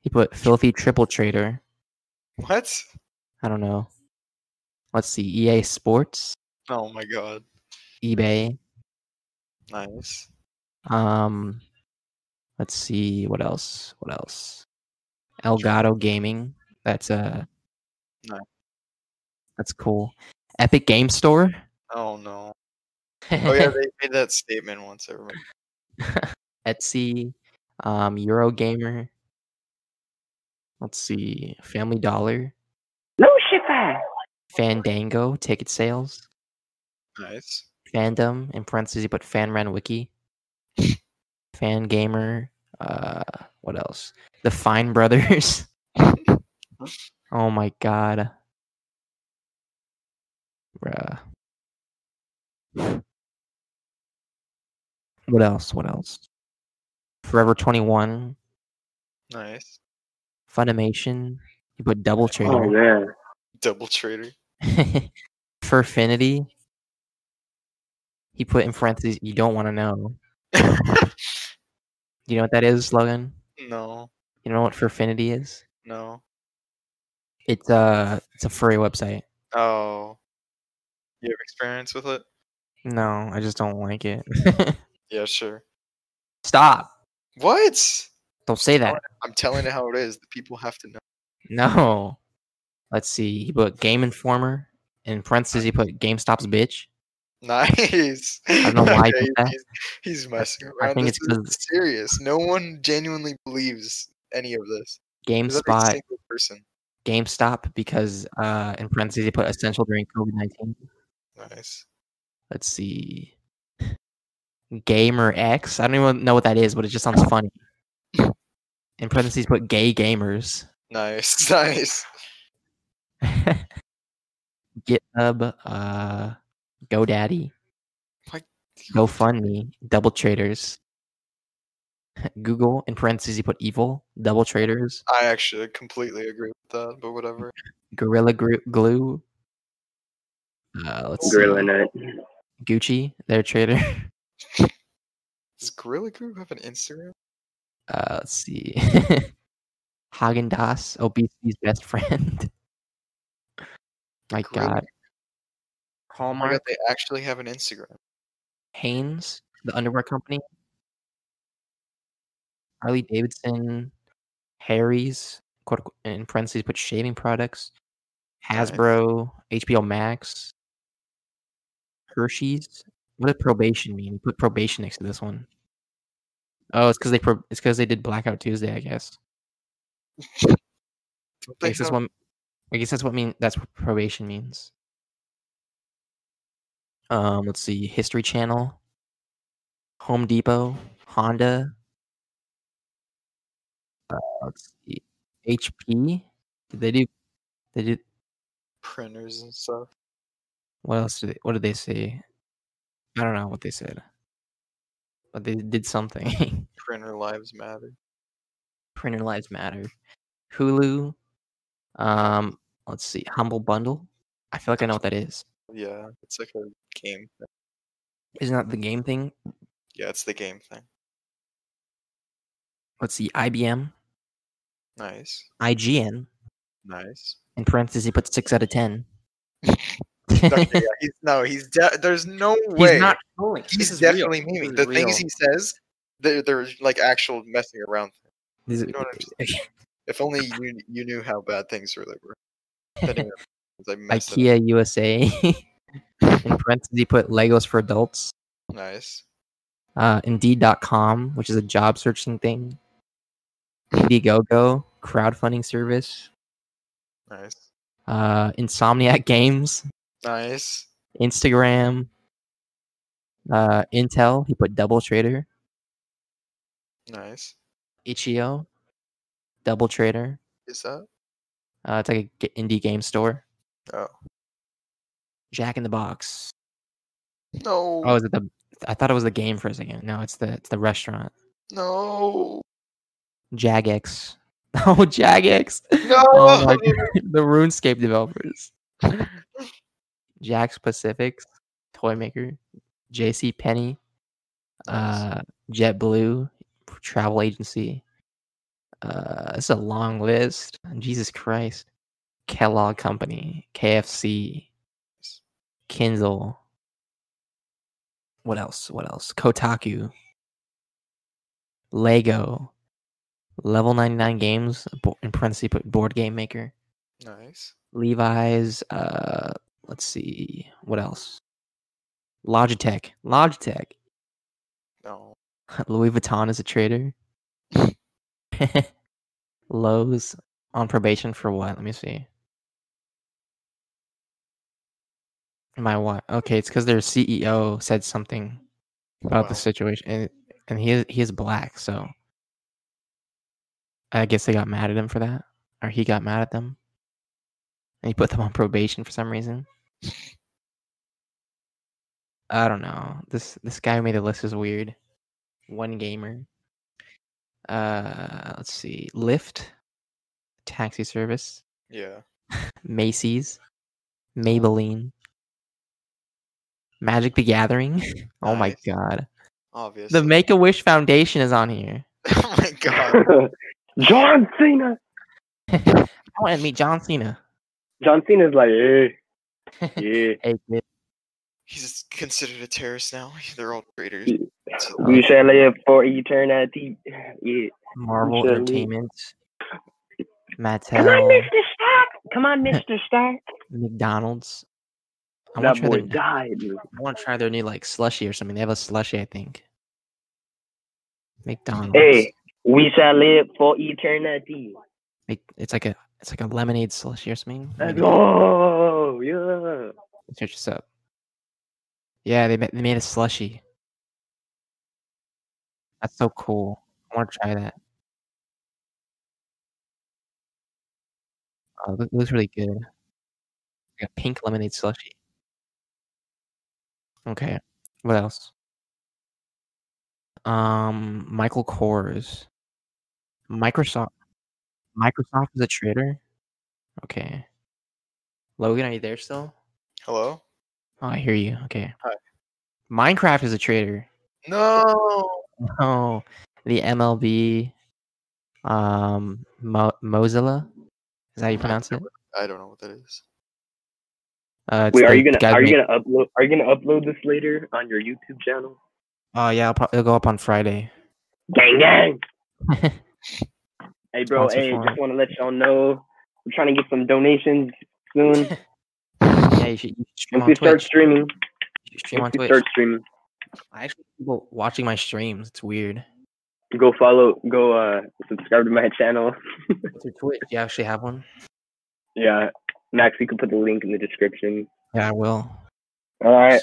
A: He put filthy triple traitor.
B: What?
A: I don't know. Let's see. EA Sports,
B: Oh my god.
A: eBay.
B: Nice.
A: Um, let's see what else. What else? Elgato Gaming. That's uh,
B: Nice.
A: That's cool. Epic Game Store.
B: Oh no. Oh yeah, they made that statement once. I remember.
A: Etsy. Um, Eurogamer. Let's see. Family Dollar.
E: Lucifer.
A: Fandango ticket sales.
B: Nice.
A: Fandom in parentheses you put FanRan Wiki, Fan Gamer, uh, what else? The Fine Brothers. oh my god, bruh. What else? What else? Forever Twenty One,
B: Nice.
A: Funimation. You put Double
D: Oh
A: Trailer,
D: man,
B: Double traitor.
A: Furfinity. He put in parentheses. You don't want to know. You know what that is, Logan?
B: no.
A: You know what Furfinity is?
B: No.
A: It's a it's a furry website.
B: Oh. You have experience with it?
A: No, I just don't like it.
B: Yeah, sure.
A: Stop!
B: What?
A: Don't say that.
B: I'm telling it how it is. The people have to know.
A: No. Let's see. He put Game Informer in parentheses. He put GameStop's bitch.
B: Nice.
A: I don't know why I did that.
B: he's, he's messing
A: I
B: around.
A: think
B: this
A: it's
B: is
A: 'cause-
B: serious. No one genuinely believes any of this. There's every
A: GameSpot,
B: single person.
A: GameStop, because uh, in parentheses they put essential during COVID nineteen.
B: Nice.
A: Let's see, Gamer X. I don't even know what that is, but it just sounds funny. In parentheses, put gay gamers.
B: Nice. Nice.
A: GitHub, uh, GoDaddy,
B: What?
A: GoFundMe, Double Traders, Google. In parentheses, you put evil. Double Traders,
B: I actually completely agree with that, but whatever.
A: Gorilla Gru- Glue. Uh, let's see,
D: Gorilla Nut.
A: Gucci, their trader.
B: Does Gorilla Group have an Instagram?
A: Uh, let's see, Hagen Dazs, obesity's best friend. My
B: Gorilla
A: God,
B: Oh my god,
A: Hallmark,
B: they actually have an Instagram.
A: Hanes, the underwear company, Harley Davidson, Harry's, quote, unquote- in parentheses, put shaving products,
B: Nice.
A: Hasbro, HBO Max, Hershey's. What did probation mean? You put probation next to this one. Oh, it's because they pro- it's because they did Blackout Tuesday, I guess.
B: Don't
A: I
B: they
A: guess that's
B: have-
A: what I guess that's what mean that's what probation means. Um, let's see, History Channel, Home Depot, Honda. Uh, let's see, HP. Did they do? They did.
B: printers and stuff.
A: What else did they? What did they say? I don't know what they said, but they did something.
B: Printer lives matter.
A: Printer Lives Matter, Hulu. Um, let's see, Humble Bundle. I feel like I know what that is.
B: Yeah, it's like a game. Thing.
A: Isn't that the game thing?
B: Yeah, it's the game thing.
A: Let's see, IBM,
B: Nice.
A: IGN.
B: Nice.
A: In parentheses, he put six out of ten.
B: Okay, yeah, he's, no, he's de- there's no way.
A: He's not.
F: Trolling.
B: He's
F: This is real.
B: definitely
F: This
B: memeing.
F: is
B: The
F: real.
B: things he says, they're, they're like actual messing around.
A: These are-
B: You know what I'm If only you you knew how bad things really were. That even- I messed it
A: IKEA USA. in parentheses, he put Legos for adults.
B: up. Nice.
A: Uh, Indeed.com, which is a job searching thing. Indiegogo, crowdfunding service.
B: Nice.
A: Uh, Insomniac Games,
B: Nice.
A: Instagram. Uh, Intel, he put Double Trader.
B: Nice.
A: Ichio, Double Trader.
B: Is that?
A: Uh, it's like an indie game store.
B: Oh.
A: Jack in the Box.
B: No.
A: Oh, is it the? I thought it was the game for a second. No, it's the it's the restaurant.
B: no.
A: Jagex. Oh, Jagex.
B: No.
A: Oh my God. The RuneScape developers. Jack's Pacifics, Toy Maker, JC Penny,
B: Nice.
A: uh, JetBlue, travel agency. Uh, it's a long list. Jesus Christ. Kellogg Company, KFC, Kindle. What else? What else? Kotaku, Lego, Level 99 Games, bo- in parentheses, put Board Game Maker.
B: nice.
A: Levi's. Uh, let's see what else. Logitech. Logitech.
B: No.
A: Louis Vuitton is a traitor. Lowe's on probation for what? Let me see. My what? Okay, it's because their CEO said something about the
B: Wow.
A: situation, and and he is he is black, so I guess they got mad at him for that, or he got mad at them, and he put them on probation for some reason. I don't know. This this guy who made the list is weird one gamer. Uh, let's see, Lyft, taxi service,
B: Yeah.
A: Macy's, Maybelline, Magic the Gathering. Oh my
B: Nice.
A: god,
B: Obvious.
A: the Make a Wish Foundation is on here.
B: oh my god.
D: John Cena.
A: I want to meet John Cena.
D: John Cena's like, eh, yeah.
A: Hey, kid,
B: He's considered a terrorist now. They're all traitors.
D: Yeah.
B: So-
D: We shall live for eternity. Yeah.
A: Marvel
D: Sure.
A: Entertainment,
E: Come on,
A: Mattel,
E: Mr. Stark. Come on, Mr. Stark.
A: McDonald's, I want
D: that
A: to try
D: boy
A: their, I
D: died.
A: want to try their new like slushy or something. They have a slushy, I think. McDonald's.
E: Hey, we shall live for eternity.
A: Mc- it's like a it's like a lemonade slushy or something.
D: Let's
A: Maybe.
D: go. Oh, Yeah.
A: Search this up. Yeah, they ma- they made a slushy. That's so cool. I want to try that. Oh, it looks really good. Like a pink lemonade slushy. Okay, what else? Um, Michael Kors. Microsoft. Microsoft is a traitor. Okay. Logan, are you there still?
B: Hello?
A: Oh, I hear you. Okay.
B: Hi.
A: Minecraft is a traitor.
B: No.
A: Oh, the MLB, um, Mo- Mozilla. Is that how you pronounce it?
B: I don't know what that is.
A: Uh, it's
D: Wait, are
A: the
D: you gonna
A: guys
D: are you
A: make-
D: gonna upload are you gonna upload this later on your YouTube channel?
A: Oh yeah, it'll, prob- it'll go up on Friday.
E: Gang, gang.
D: Hey bro,
A: bro, Sponsor hey,
D: hey,
A: for just
D: just
A: him.
D: want to let y'all know we're trying to get some donations soon.
A: yeah, you should, you should stream
D: Once
A: on
D: we start
A: Twitch.
D: streaming,
A: You should stream on
D: once we
A: Twitch.
D: start streaming,
A: I actually have people watching my streams. It's weird.
D: go follow, go uh, subscribe to my channel.
A: What's your Twitch? Do you actually have one?
D: Yeah, Max, you can put the link in the description.
A: Yeah, I will.
D: All right,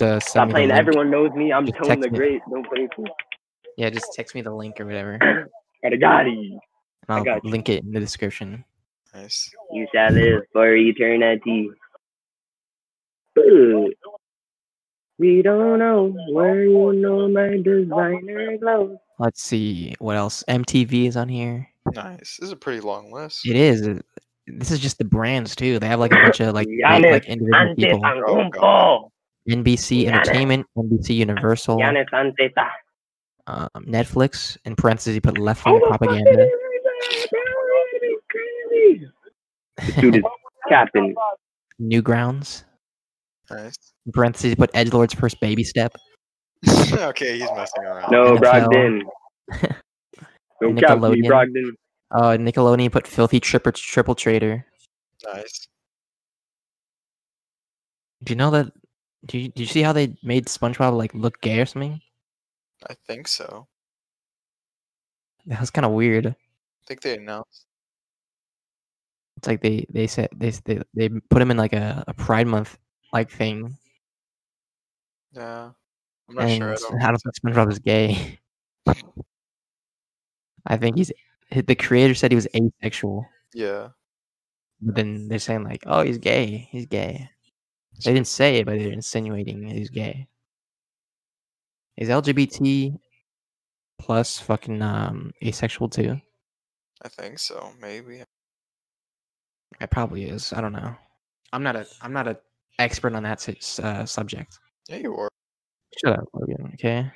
A: Uh,
D: stop
A: send me
D: playing.
A: the link.
D: Everyone knows me. I'm
A: Just
D: Tone the
A: text me.
D: Great. Don't play me.
A: Yeah, just text me the link or whatever, and
D: Arigati.
A: I'll
D: got you.
A: link it in the description.
B: Nice.
E: You shall live for eternity.
D: Ooh. We don't know where you know my designer gloves.
A: Let's see what else. MTV is on here.
B: Nice. This is a pretty long list.
A: It is. it- This is just the brands too. They have like a bunch of like great,
E: Giannis
A: like individual
E: Antes
A: people.
E: Antetokounmpo.
A: NBC
E: Giannis.
A: Entertainment, NBC Universal,
E: Giannis Anteta.
A: um, Netflix. In parentheses, you put left wing propaganda.
D: Dude is capping.
A: Newgrounds.
B: Nice.
A: In parentheses, you put Edge Lord's first baby step.
B: okay, he's messing around.
D: No,
A: NFL.
D: Brogden. Don't cap me,
A: Nickelodeon.
D: Brogden.
A: Uh, Nickelodeon you put Filthy Tripper Triple Trader.
B: Nice.
A: Do you know that? Do you, do you see how they made SpongeBob like look gay or something?
B: I think so.
A: That was kind of weird.
B: I think they announced.
A: It's like they they said they s- they, they put him in like a, a Pride Month like thing,
B: Yeah. I'm not
A: and
B: sure. I
A: s-
B: don't.
A: I don't think SpongeBob is gay. I think he's hi- the creator said he was asexual,
B: Yeah.
A: but then they're saying like, oh, he's gay, he's gay. They didn't say it, but they're insinuating he's gay. Is LGBT plus fucking um asexual too?
B: I think so. Maybe.
A: It probably is. I don't know. I'm not a I'm not a expert on that s- uh, subject.
B: Yeah, you are.
A: Shut up, Logan. Okay.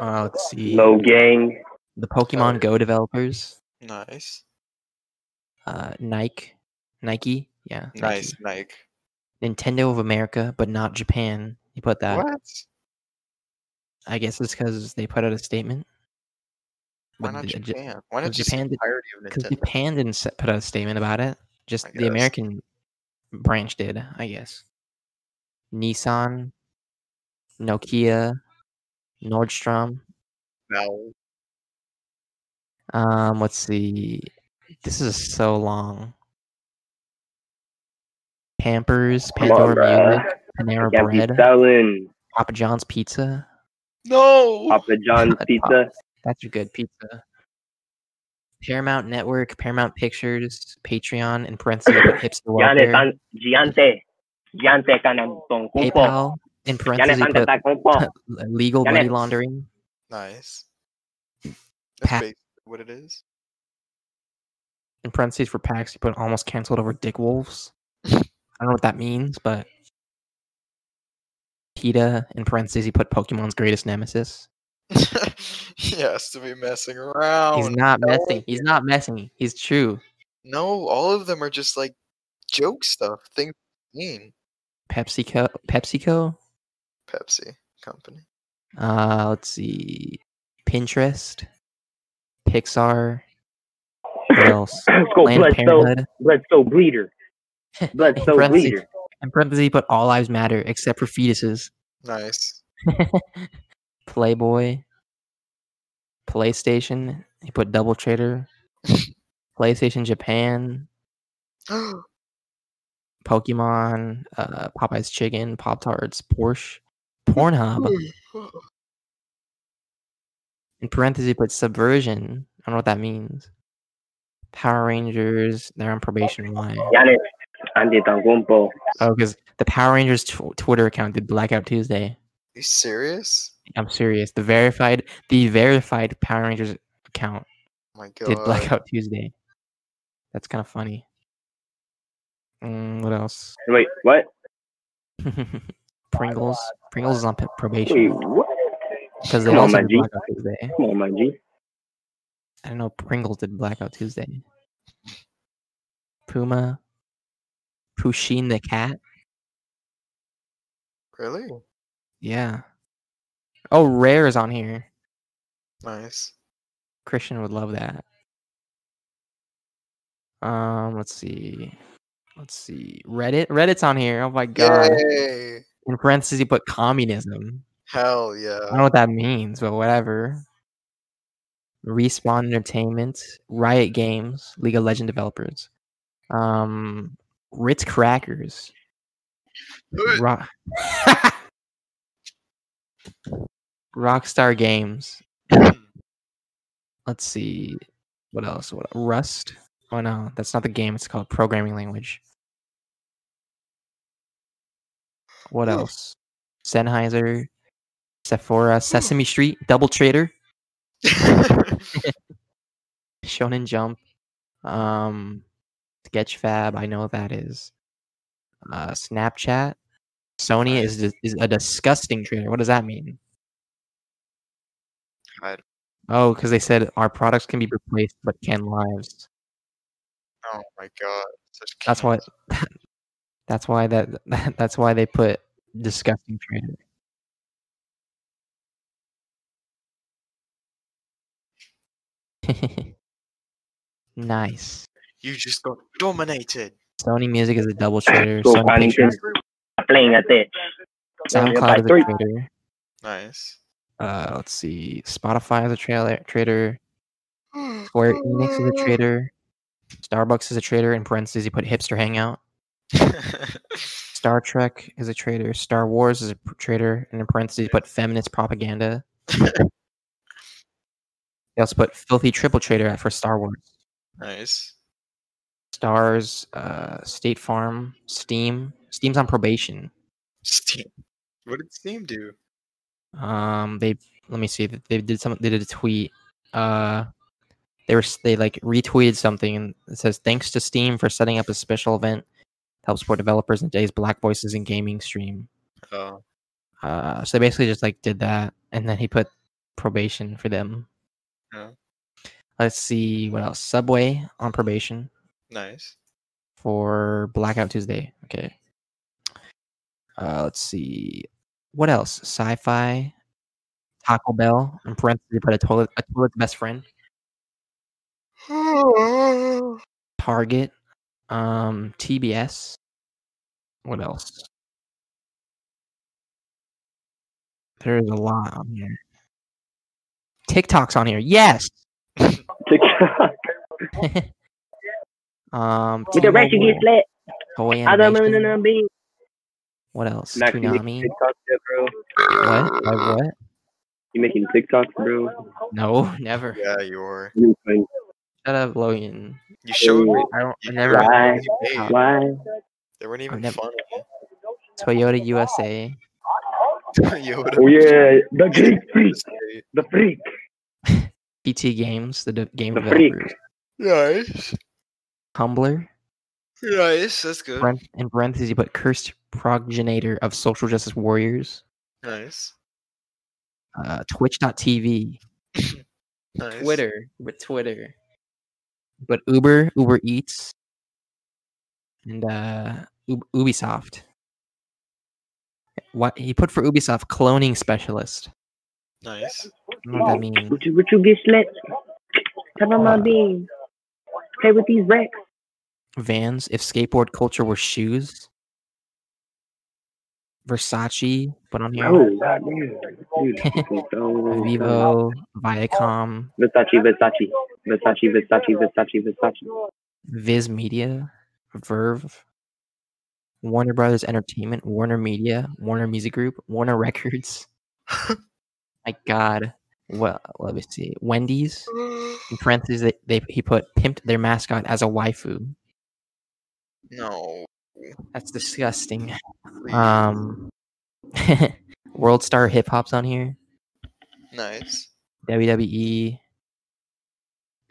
A: Uh, let's see.
D: Low gang.
A: The Pokemon Go developers,
B: Nice.
A: uh, Nike, Nike, yeah, Nike.
B: Nice, Nike.
A: Nintendo of America, but not Japan. You put that.
B: What?
A: I guess it's because they put out a statement.
B: Why
A: But
B: not
A: the- Ja-
B: Japan? Why not
A: but
B: just
A: Japan
B: the
A: did-
B: entirety of
A: Because
B: Nintendo?
A: Japan didn't se- put out a statement about it. Just the
B: guess.
A: American branch did, I guess. Nissan, Nokia, Nordstrom.
B: Valve.
A: Um, let's see. This is so long. Pampers,
D: Come on,
A: Pandora
D: bro.
A: Music, Panera
D: Can't be
A: Bread,
D: selling
A: Papa John's Pizza.
B: No.
D: Papa John's
A: Pop-
D: pizza.
A: That's a good pizza. Paramount Network, Paramount Pictures, Patreon, in parentheses, put
E: Giannis
A: hipster welfare,
E: An- Giante. Giante Antetokounmpo.
A: PayPal, in
E: Giannis
A: parentheses, put
E: Antetokounmpo.
A: legal money
E: Giannis.
A: laundering,
B: Nice.
A: Pa-
B: That's basically what it is.
A: in parentheses for PAX, you put almost canceled over Dick Wolves. I don't know what that means, but PETA in parentheses, he put Pokemon's greatest nemesis.
B: he has to be messing around.
A: He's not
B: Oh, no.
A: messing. He's not messing. He's true.
B: No, all of them are just like joke stuff. Things mean
A: PepsiCo. PepsiCo.
B: Pepsi company.
A: Uh, let's see. Pinterest. Pixar. What else?
E: Go
A: Planned
E: blood so
A: Parenthood.
E: blood so bleeder. Blood so
A: Parentheses-
E: bleeder.
A: In parentheses, he put all lives matter except for fetuses.
B: Nice.
A: Playboy, PlayStation. He put Double Trader, PlayStation Japan, Pokemon, uh, Popeye's Chicken, Pop Tarts, Porsche, Pornhub.
E: Hmm.
A: In parentheses, he put Subversion. I don't know what that means. Power Rangers. They're on probation. Why?
E: Giannis Antetokounmpo.
A: Oh, because the Power Rangers tw- Twitter account did Blackout Tuesday.
B: you serious?
A: I'm serious. The verified, the verified Power Rangers account
B: Oh my god.
A: did Blackout Tuesday. That's kind of funny. Mm, what else?
D: Wait, what?
A: Pringles. Pringles is on p-
D: Wait,
A: probation
D: what?
A: because they
D: Come on,
A: also
D: my
A: did
D: G.
A: Blackout Tuesday.
D: Come on, my G.
A: I don't know. Pringles did Blackout Tuesday. Puma. Pusheen the cat.
B: Really?
A: Yeah. Oh, Rare is on here.
B: Nice.
A: Christian would love that. Um, let's see. Let's see. Reddit. Reddit's on here. Oh my god.
B: Yay!
A: In parentheses, he put communism.
B: Hell
A: I
B: yeah.
A: don't know what that means, but whatever. Respawn Entertainment, Riot Games, League of Legend developers, um, Ritz Crackers, Rock, Rockstar Games. Let's see, what else? What Rust? Oh no, that's not the game. It's called programming language. What
B: Hmm.
A: else? Sennheiser, Sephora, Sesame Street, Double Trader, Shonen Jump, um, Sketchfab. I know what that is. Uh, Snapchat. Sony is dis- is a disgusting trader. What does that mean?
B: I-
A: Oh, because they said our products can be replaced, but can lives.
B: oh my god. Such
A: That's why.
B: cans.
A: That's why that, that. That's why they put disgusting trader. nice.
B: You just got dominated.
A: Sony Music is a double trader.
E: So
A: Sony
E: funny,
A: Pictures,
E: Playing at it.
A: SoundCloud is a
E: Three.
A: trader.
B: Nice.
A: Uh, let's see. Spotify is a trailer, trader. Square Enix is
B: Oh.
A: a trader. Starbucks is a trader. In parentheses, you put Hipster Hangout. Star Trek is a traitor. Star Wars is a p- traitor, and in parentheses, put feminist propaganda. they also put filthy triple traitor for Star Wars.
B: nice.
A: Stars, uh, State Farm, Steam. Steam's on probation.
B: Steam. What did Steam do?
A: Um, they let me see. th- They did some. They did a tweet. Uh, they were s- they like retweeted something and it says thanks to Steam for setting up a special event to help support developers in today's Black Voices in Gaming stream.
B: Oh,
A: Uh, so they basically just like did that, and then he put probation for them.
B: Yeah.
A: Let's see what else. Subway on probation
B: nice.
A: for Blackout Tuesday. Okay. Uh, let's see. What else? Sci-fi, Taco Bell. In parentheses, you put a toilet, a toilet's best friend. Target, um, TBS. What else? There's a lot on here. TikTok's on here. Yes.
D: TikTok.
A: um,
E: With the ratchet
A: T-Mobile,
E: get flat.
A: Toei
E: Other moon and
A: Animation.
E: a bean.
A: What else?
D: Max, you
A: Toonami.
D: making TikToks, yet, bro?
A: What? Like what?
D: You making TikToks, bro?
A: No, never.
B: Yeah, you are.
D: You funny.
A: Shut up, Logan.
B: You showed me.
A: I don't. I
B: You
A: never.
B: showed me
D: Right.
B: what you made.
D: Why?
B: They weren't
A: I
B: even
A: never-
B: funny.
A: Toyota USA.
B: Toyota.
D: Oh yeah, the Greek freak,
B: State.
D: the freak.
A: PT Games. The de- game
D: The freak.
A: developers.
B: Nice.
A: Tumblr.
B: Nice. That's good.
A: Paren- in parentheses, you put cursed progenitor of social justice warriors.
B: Nice.
A: Uh, Twitch.tv.
B: Nice.
A: Twitter. With Twitter. But Uber. Uber Eats. And uh, Ub- Ubisoft. What he put for Ubisoft? Cloning specialist.
B: Nice.
A: I don't know what that means.
E: Would you, would you get slit? Tell them my
A: Uh,
E: bean. Play with these racks.
A: Vans, if skateboard culture were shoes, Versace, but on here.
D: Oh, that man. Dude, fucking so-
A: Vivo, Viacom,
D: Versace, Versace, Versace, Versace, Versace, Versace.
A: Viz Media, Verve, Warner Brothers Entertainment, Warner Media, Warner Music Group, Warner Records. My God. Well, let me see. Wendy's. In parentheses, they, they he put pimped their mascot as a waifu.
B: No.
A: That's disgusting.
B: please.
A: Um, World Star Hip Hop's on here.
B: nice.
A: WWE,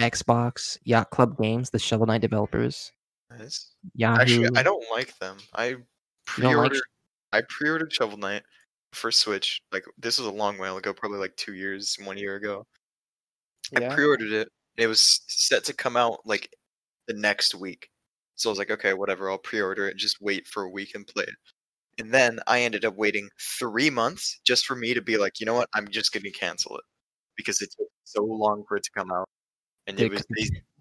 A: Xbox, Yacht Club Games, the Shovel Knight developers,
B: Nice.
A: Yahoo.
B: Actually, I don't like them. I
A: don't like
B: pre-ordered. I pre-ordered Shovel Knight for Switch. Like this was a long while ago, probably like two years, one year ago. I
F: Yeah.
B: pre-ordered it. It was set to come out like the next week. So I was like, okay, whatever. I'll pre-order it. Just wait for a week and play it. And then I ended up waiting three months just for me to be like, you know what? I'm just going to cancel it because it took so long for it to come out. And
A: Did
B: it
A: it
B: was
A: come-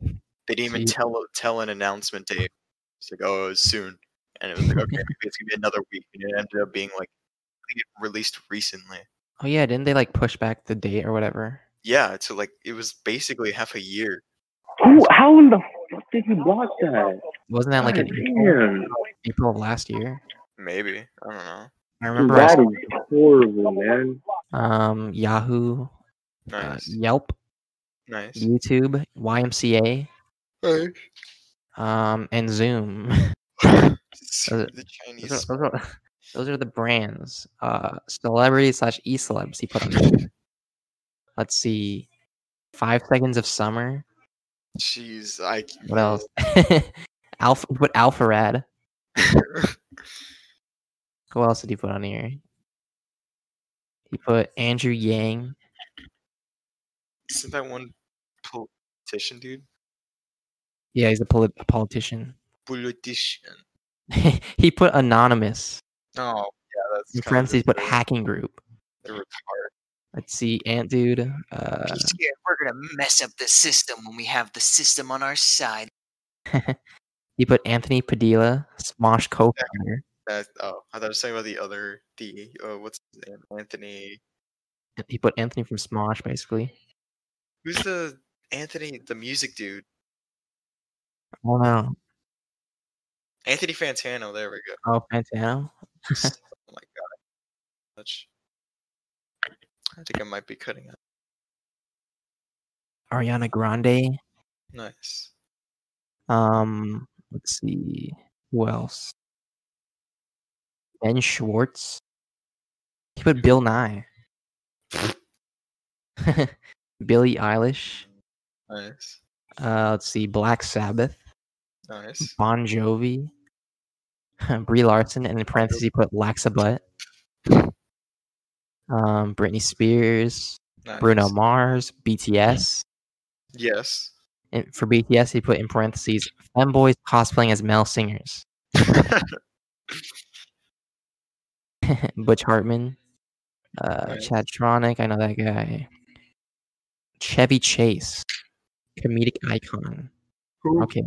B: they, they didn't
A: So
B: even
A: you-
B: tell tell an announcement date. It's like, oh, it was soon. And it was like, okay, maybe it's gonna be another week. And it ended up being like I think it released recently.
A: oh yeah, didn't they like push back the date or whatever?
B: Yeah, so like it was basically half a year.
D: Who? How in the fuck did you block that?
A: Wasn't that like in
D: God
A: April,
D: damn.
A: April of last year?
B: Maybe. I don't know.
A: I remember I
D: that
A: saw,
D: is horrible, man.
A: um Yahoo, uh,
B: Nice.
A: Yelp,
B: Nice.
A: YouTube, YMCA,
B: Hey.
A: um, and Zoom.
B: Screw
A: it-
B: the Chinese.
A: Those are, those are- those are the brands. Uh, celebrity slash e celebs he put on. there. Let's see, five seconds of summer.
B: Jeez, I. c-
A: What else? Alpha. What Alpha Rad? Who else did he put on here? He put Andrew Yang.
B: Isn't that one politician, dude?
A: Yeah, he's a, polit- a politician.
B: Politician.
A: he put anonymous.
B: Oh, yeah, that's.
A: In
B: kinda
A: parentheses, put
B: retarded.
A: hacking group.
B: They're retarded.
A: Let's see, Ant Dude. Uh,
G: We're gonna mess up the system when we have the system on our side.
A: he put Anthony Padilla, Smosh co-founder.
B: That, oh, I thought I was talking about the other. The uh, what's his name? Anthony.
A: and he put Anthony from Smosh basically.
B: Who's the Anthony? The music dude.
A: Oh no.
B: Anthony Fantano. There we go.
A: Oh Fantano.
B: Oh my god. Much. I think I might be cutting out.
A: Ariana Grande.
B: Nice.
A: Um let's see. Who else? Ben Schwartz. He put Bill Nye. Billie Eilish.
B: Nice.
A: Uh let's see, Black Sabbath,
B: Nice.
A: Bon Jovi, Brie Larson, and in parentheses he put Laxa Butt. Um, Britney Spears,
B: nice.
A: Bruno Mars, BTS.
B: Yes.
A: in, for BTS, he put in parentheses femboys cosplaying as male singers. Butch Hartman, uh,
B: Right.
A: Chad Tronic, I know that guy. Chevy Chase, comedic icon.
B: Who?
A: Okay.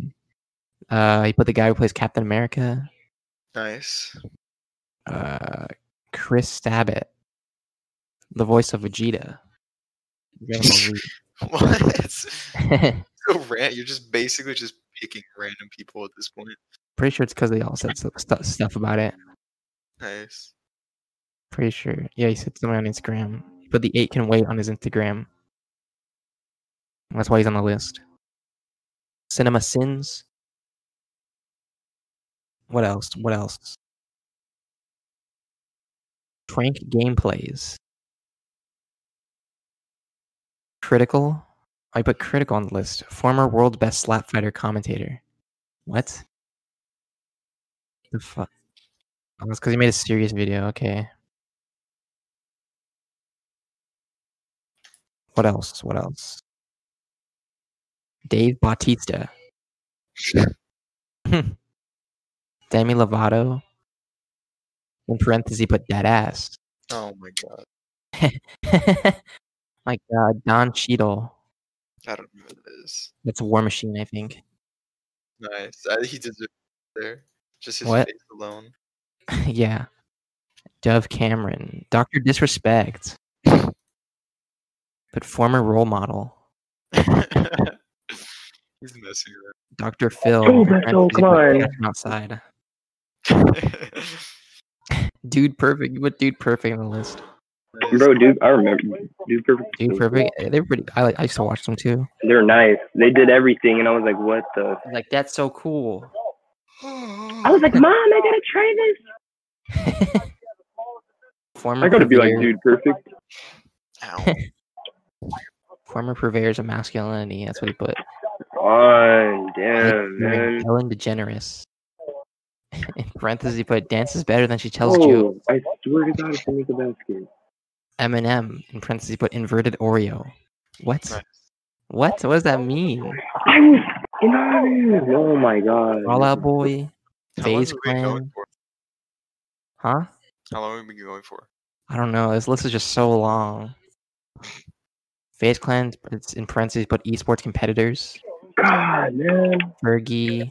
A: Uh, he put the guy who plays Captain America,
B: Nice.
A: uh, Chris Sabat, the voice of Vegeta. Dragon
B: What? It's
A: Ball Z.
B: so rant. You're just basically just picking random people at this point.
A: Pretty sure it's because they all said stu- stu- stuff about it.
B: Nice.
A: Pretty sure. Yeah, he said something on Instagram. He put the eight can wait on his Instagram. That's why he's on the list. Cinema Sins. What else? What else? Trank gameplays. Critical. I put critical on the list. Former world best slap fighter commentator. What? The fuck? Oh, that's because he made a serious video. Okay. What else? What else? Dave Bautista. Hmm. Demi Lovato. In parentheses, but dead ass.
B: Oh my god.
A: My God, uh, Don Cheadle.
B: I don't know who that is.
A: That's War Machine, I think.
B: Nice. I, he deserves it there. Just his
A: What?
B: face alone.
A: yeah. Dove Cameron, Doctor Disrespect, but former role model,
B: He's messing
A: Doctor Phil.
E: Oh,
A: from
E: Bethel,
A: Fantasy
E: come on.
A: Podcast Outside,
B: around.
A: dude, perfect. You put dude perfect on the list.
D: Bro, dude, I remember. Dude, perfect.
A: Dude perfect. eh, They're pretty. I like. I used to watch them too.
D: They're nice. They did everything, and I was like, what the?
A: I was Like that's so cool.
E: I was like, Mom, I gotta try this.
A: Former.
D: I gotta be like,
A: purveyor-
D: dude, perfect.
B: Ow.
A: Former purveyors of masculinity. That's what he put.
D: On, damn, man.
A: Featuring Ellen DeGeneres. In parentheses, he put dances better than she tells jokes.
D: Oh, I swear to God, if I make a basket.
A: Eminem. In parentheses, he put inverted Oreo. What?
B: Nice.
A: What? What does that mean?
D: I was in on it. Oh my God.
A: Fall Out Boy,
B: How long
A: Phase
B: have we been
A: Clan,
B: going for?
A: huh?
B: How long have we been going for?
A: I don't know. This list is just so long. Phase Clan, it's in parentheses, but esports competitors,
D: God, man.
A: Fergie.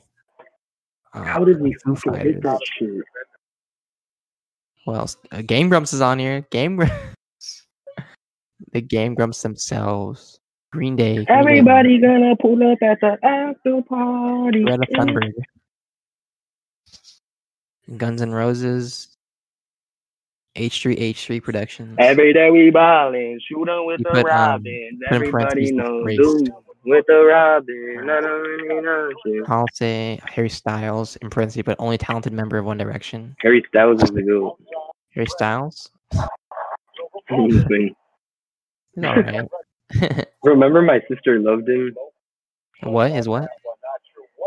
A: Uh,
D: How did we
A: Foo
D: fucking hit
A: Fighters.
D: that shit?
A: What else? Uh, Game Grumps is on here. Game Gr- the Game Grumps themselves. Green Day. Green Day,
E: Everybody gonna pull up at the after party.
A: Greta Thunberg. Guns N' Roses. H3H3 Productions.
E: Every day we ballin', shootin' with
A: You
E: the
A: put, um,
E: robins.
A: put in parentheses
E: Everybody
A: the
E: knows
A: race.
E: dude with the robin. Na, na, na, na, na.
A: I'll say Harry Styles in parentheses, but only talented member of One Direction.
D: Harry Styles is the goat.
A: Harry Styles?
D: Honestly.
A: He's alright.
D: Remember, my sister loved him.
A: what is what?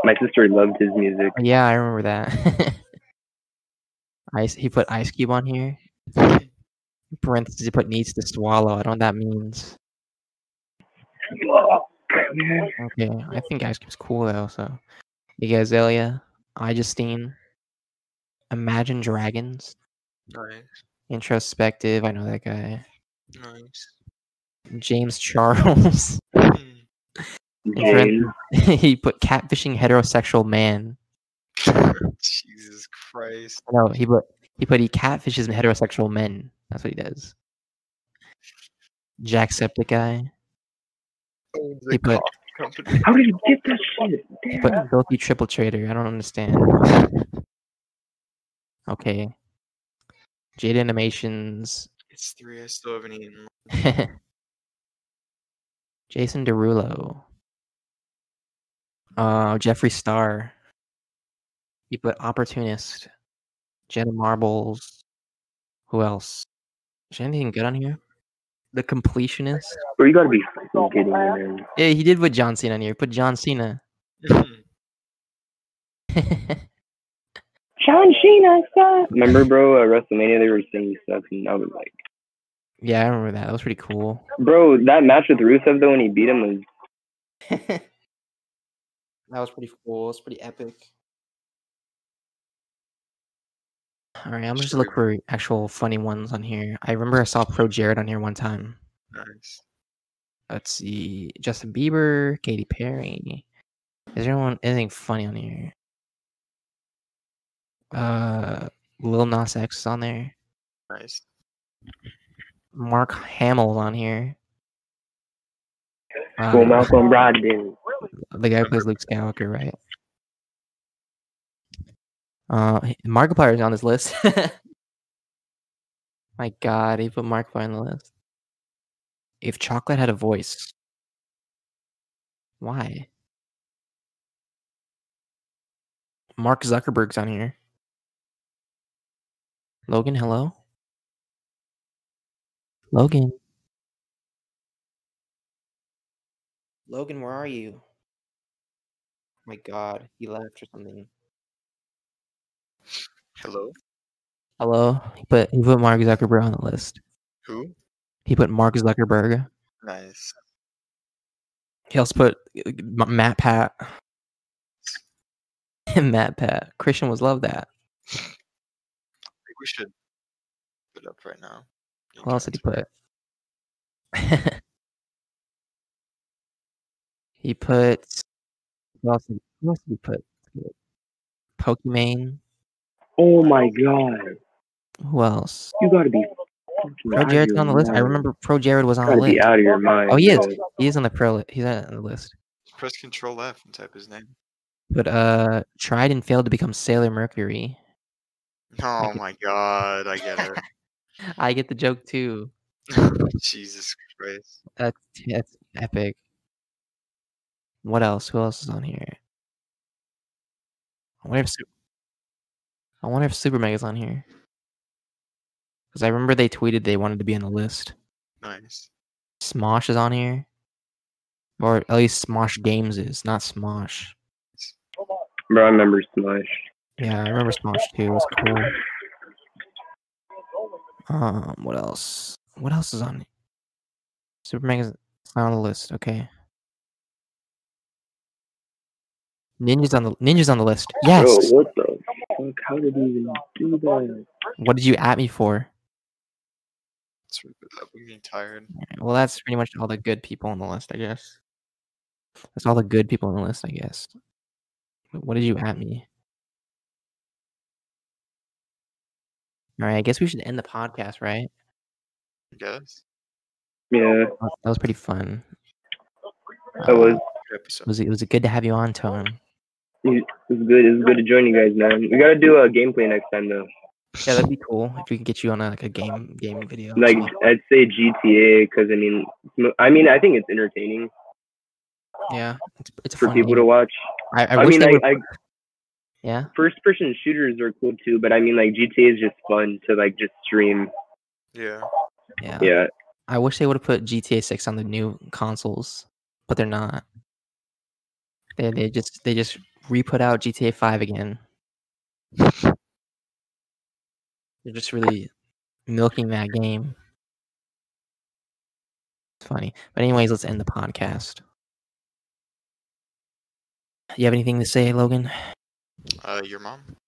D: My sister loved his music.
A: Yeah, I remember that. Ice he put Ice Cube on here. In parentheses he put needs to swallow. I don't know what that means. Okay. I think Ice Cube's cool though, so you guys Zelia, I Justine, Imagine Dragons,
B: Nice.
A: Introspective, I know that guy.
B: Nice.
A: James Charles.
B: Hmm.
D: Jane.
A: he put catfishing heterosexual man.
B: Jesus Christ.
A: No, he put he put he catfishes heterosexual men. That's what he does. Jacksepticeye.
B: Owns
A: He
B: a
A: put-
B: Oh, coffee company.
D: How did you get that shit?
A: He put guilty triple traitor. I don't understand. Okay. Jade Animations.
B: It's three. I still haven't eaten.
A: Jason Derulo. Uh, Jeffree Star. He put opportunist. Jenna Marbles. Who else? Is there anything good on here? The completionist.
D: Bro, you gotta be fucking kidding me, man.
A: Yeah, he did put John Cena on here. Put John Cena.
B: Hmm,
E: John Cena, sucks.
D: Remember, bro, at WrestleMania, they were singing stuff, and I was like,
A: yeah, I remember that. That was pretty cool.
D: bro, that match with Rusev, though, when he beat him was.
F: that was pretty cool. It's pretty epic.
A: All right, I'm gonna just
B: Sure.
A: look for actual funny ones on here. I remember I saw Pro Jared on here one time.
B: Nice.
A: Let's see, Justin Bieber, Katy Perry. Is there anyone anything funny on here? Uh, Lil Nas X is on there.
B: Nice.
A: Mark Hamill's on here.
E: Go
A: Uh,
E: Malcolm Brogdon.
A: the guy who plays Luke Skywalker, right? Uh, h- Markiplier is on this list. My God, he put Markiplier on the list. If chocolate had a voice, why? Mark Zuckerberg's on here. Logan, hello. Logan,
F: Logan, where are you? My God, he left or something.
B: Hello.
A: hello. He put he put Mark Zuckerberg on the list.
B: Who?
A: He put Mark Zuckerberg.
B: Nice.
A: He also put uh, M- Matt Pat. Matt Pat. Christian was love that.
B: I think we should put it up right now. You
A: What else did he
B: guys.
A: put? he put. What else did, what else did he put? Pokimane.
D: Oh my God.
A: Who else?
D: You gotta be. fucking
A: Pro
D: outta
A: Jared's
D: your
A: on the list. I
D: mind.
A: remember Pro Jared was on the
D: Gotta
A: list.
D: be out of your mind.
A: Oh, he is.
D: dog.
A: He is on the pro. Li- he's on the list.
B: Press Control F and type his name.
A: But uh, tried and failed to become Sailor Mercury.
B: Oh
A: get-
B: my god, I get it.
A: I get the joke too.
B: Jesus Christ.
A: That's that's epic. What else? Who else is on here? I wonder if Su- I wonder if Super Mega's on here. Because I remember they tweeted they wanted to be on the list.
B: Nice.
A: Smosh is on here, or at least Smosh Games is not Smosh.
D: Bro, I remember Smosh.
A: Yeah, I remember Smosh too. It was cool. Um, what else? What else is on? Super Mega's it's not on the list. Okay. Ninja's on the Ninja's on the list.
D: Bro,
A: Yes.
D: what the fuck? How did he even do that?
A: What did you at me for?
B: Let's wrap it up. I'm getting tired.
A: Well, that's pretty much all the good people on the list, I guess. That's all the good people on the list, I guess. But What did you at me? All right, I guess we should end the podcast, right?
B: I guess.
D: Yeah,
A: Well, That was pretty fun.
D: that was,
A: Uh,
B: Good
A: it
B: episode.
A: was it was good to have you on, Tone.
D: it was good. It was good to join you guys, man. We gotta do a gameplay next time though.
A: Yeah, that'd be cool if we could get you on a, like a game game video. or
D: Like
A: something.
D: I'd say GTA because I mean, I mean, I think it's entertaining
A: yeah, it's it's a
D: for
A: fun
D: people to
A: game.
D: watch.
A: I, I,
D: I
A: wish
D: mean,
A: they
D: I,
A: were,
D: I
A: yeah.
D: first person shooters are cool too, but I mean, like GTA is just fun to like just stream.
B: Yeah.
A: yeah,
D: Yeah,
A: I wish they would have put GTA Six on the new consoles, but they're not. They they just they just re put out GTA Five again. They're just really milking that game. It's funny, but anyways, let's end the podcast. You have anything to say, Logan?
B: Uh, your mom?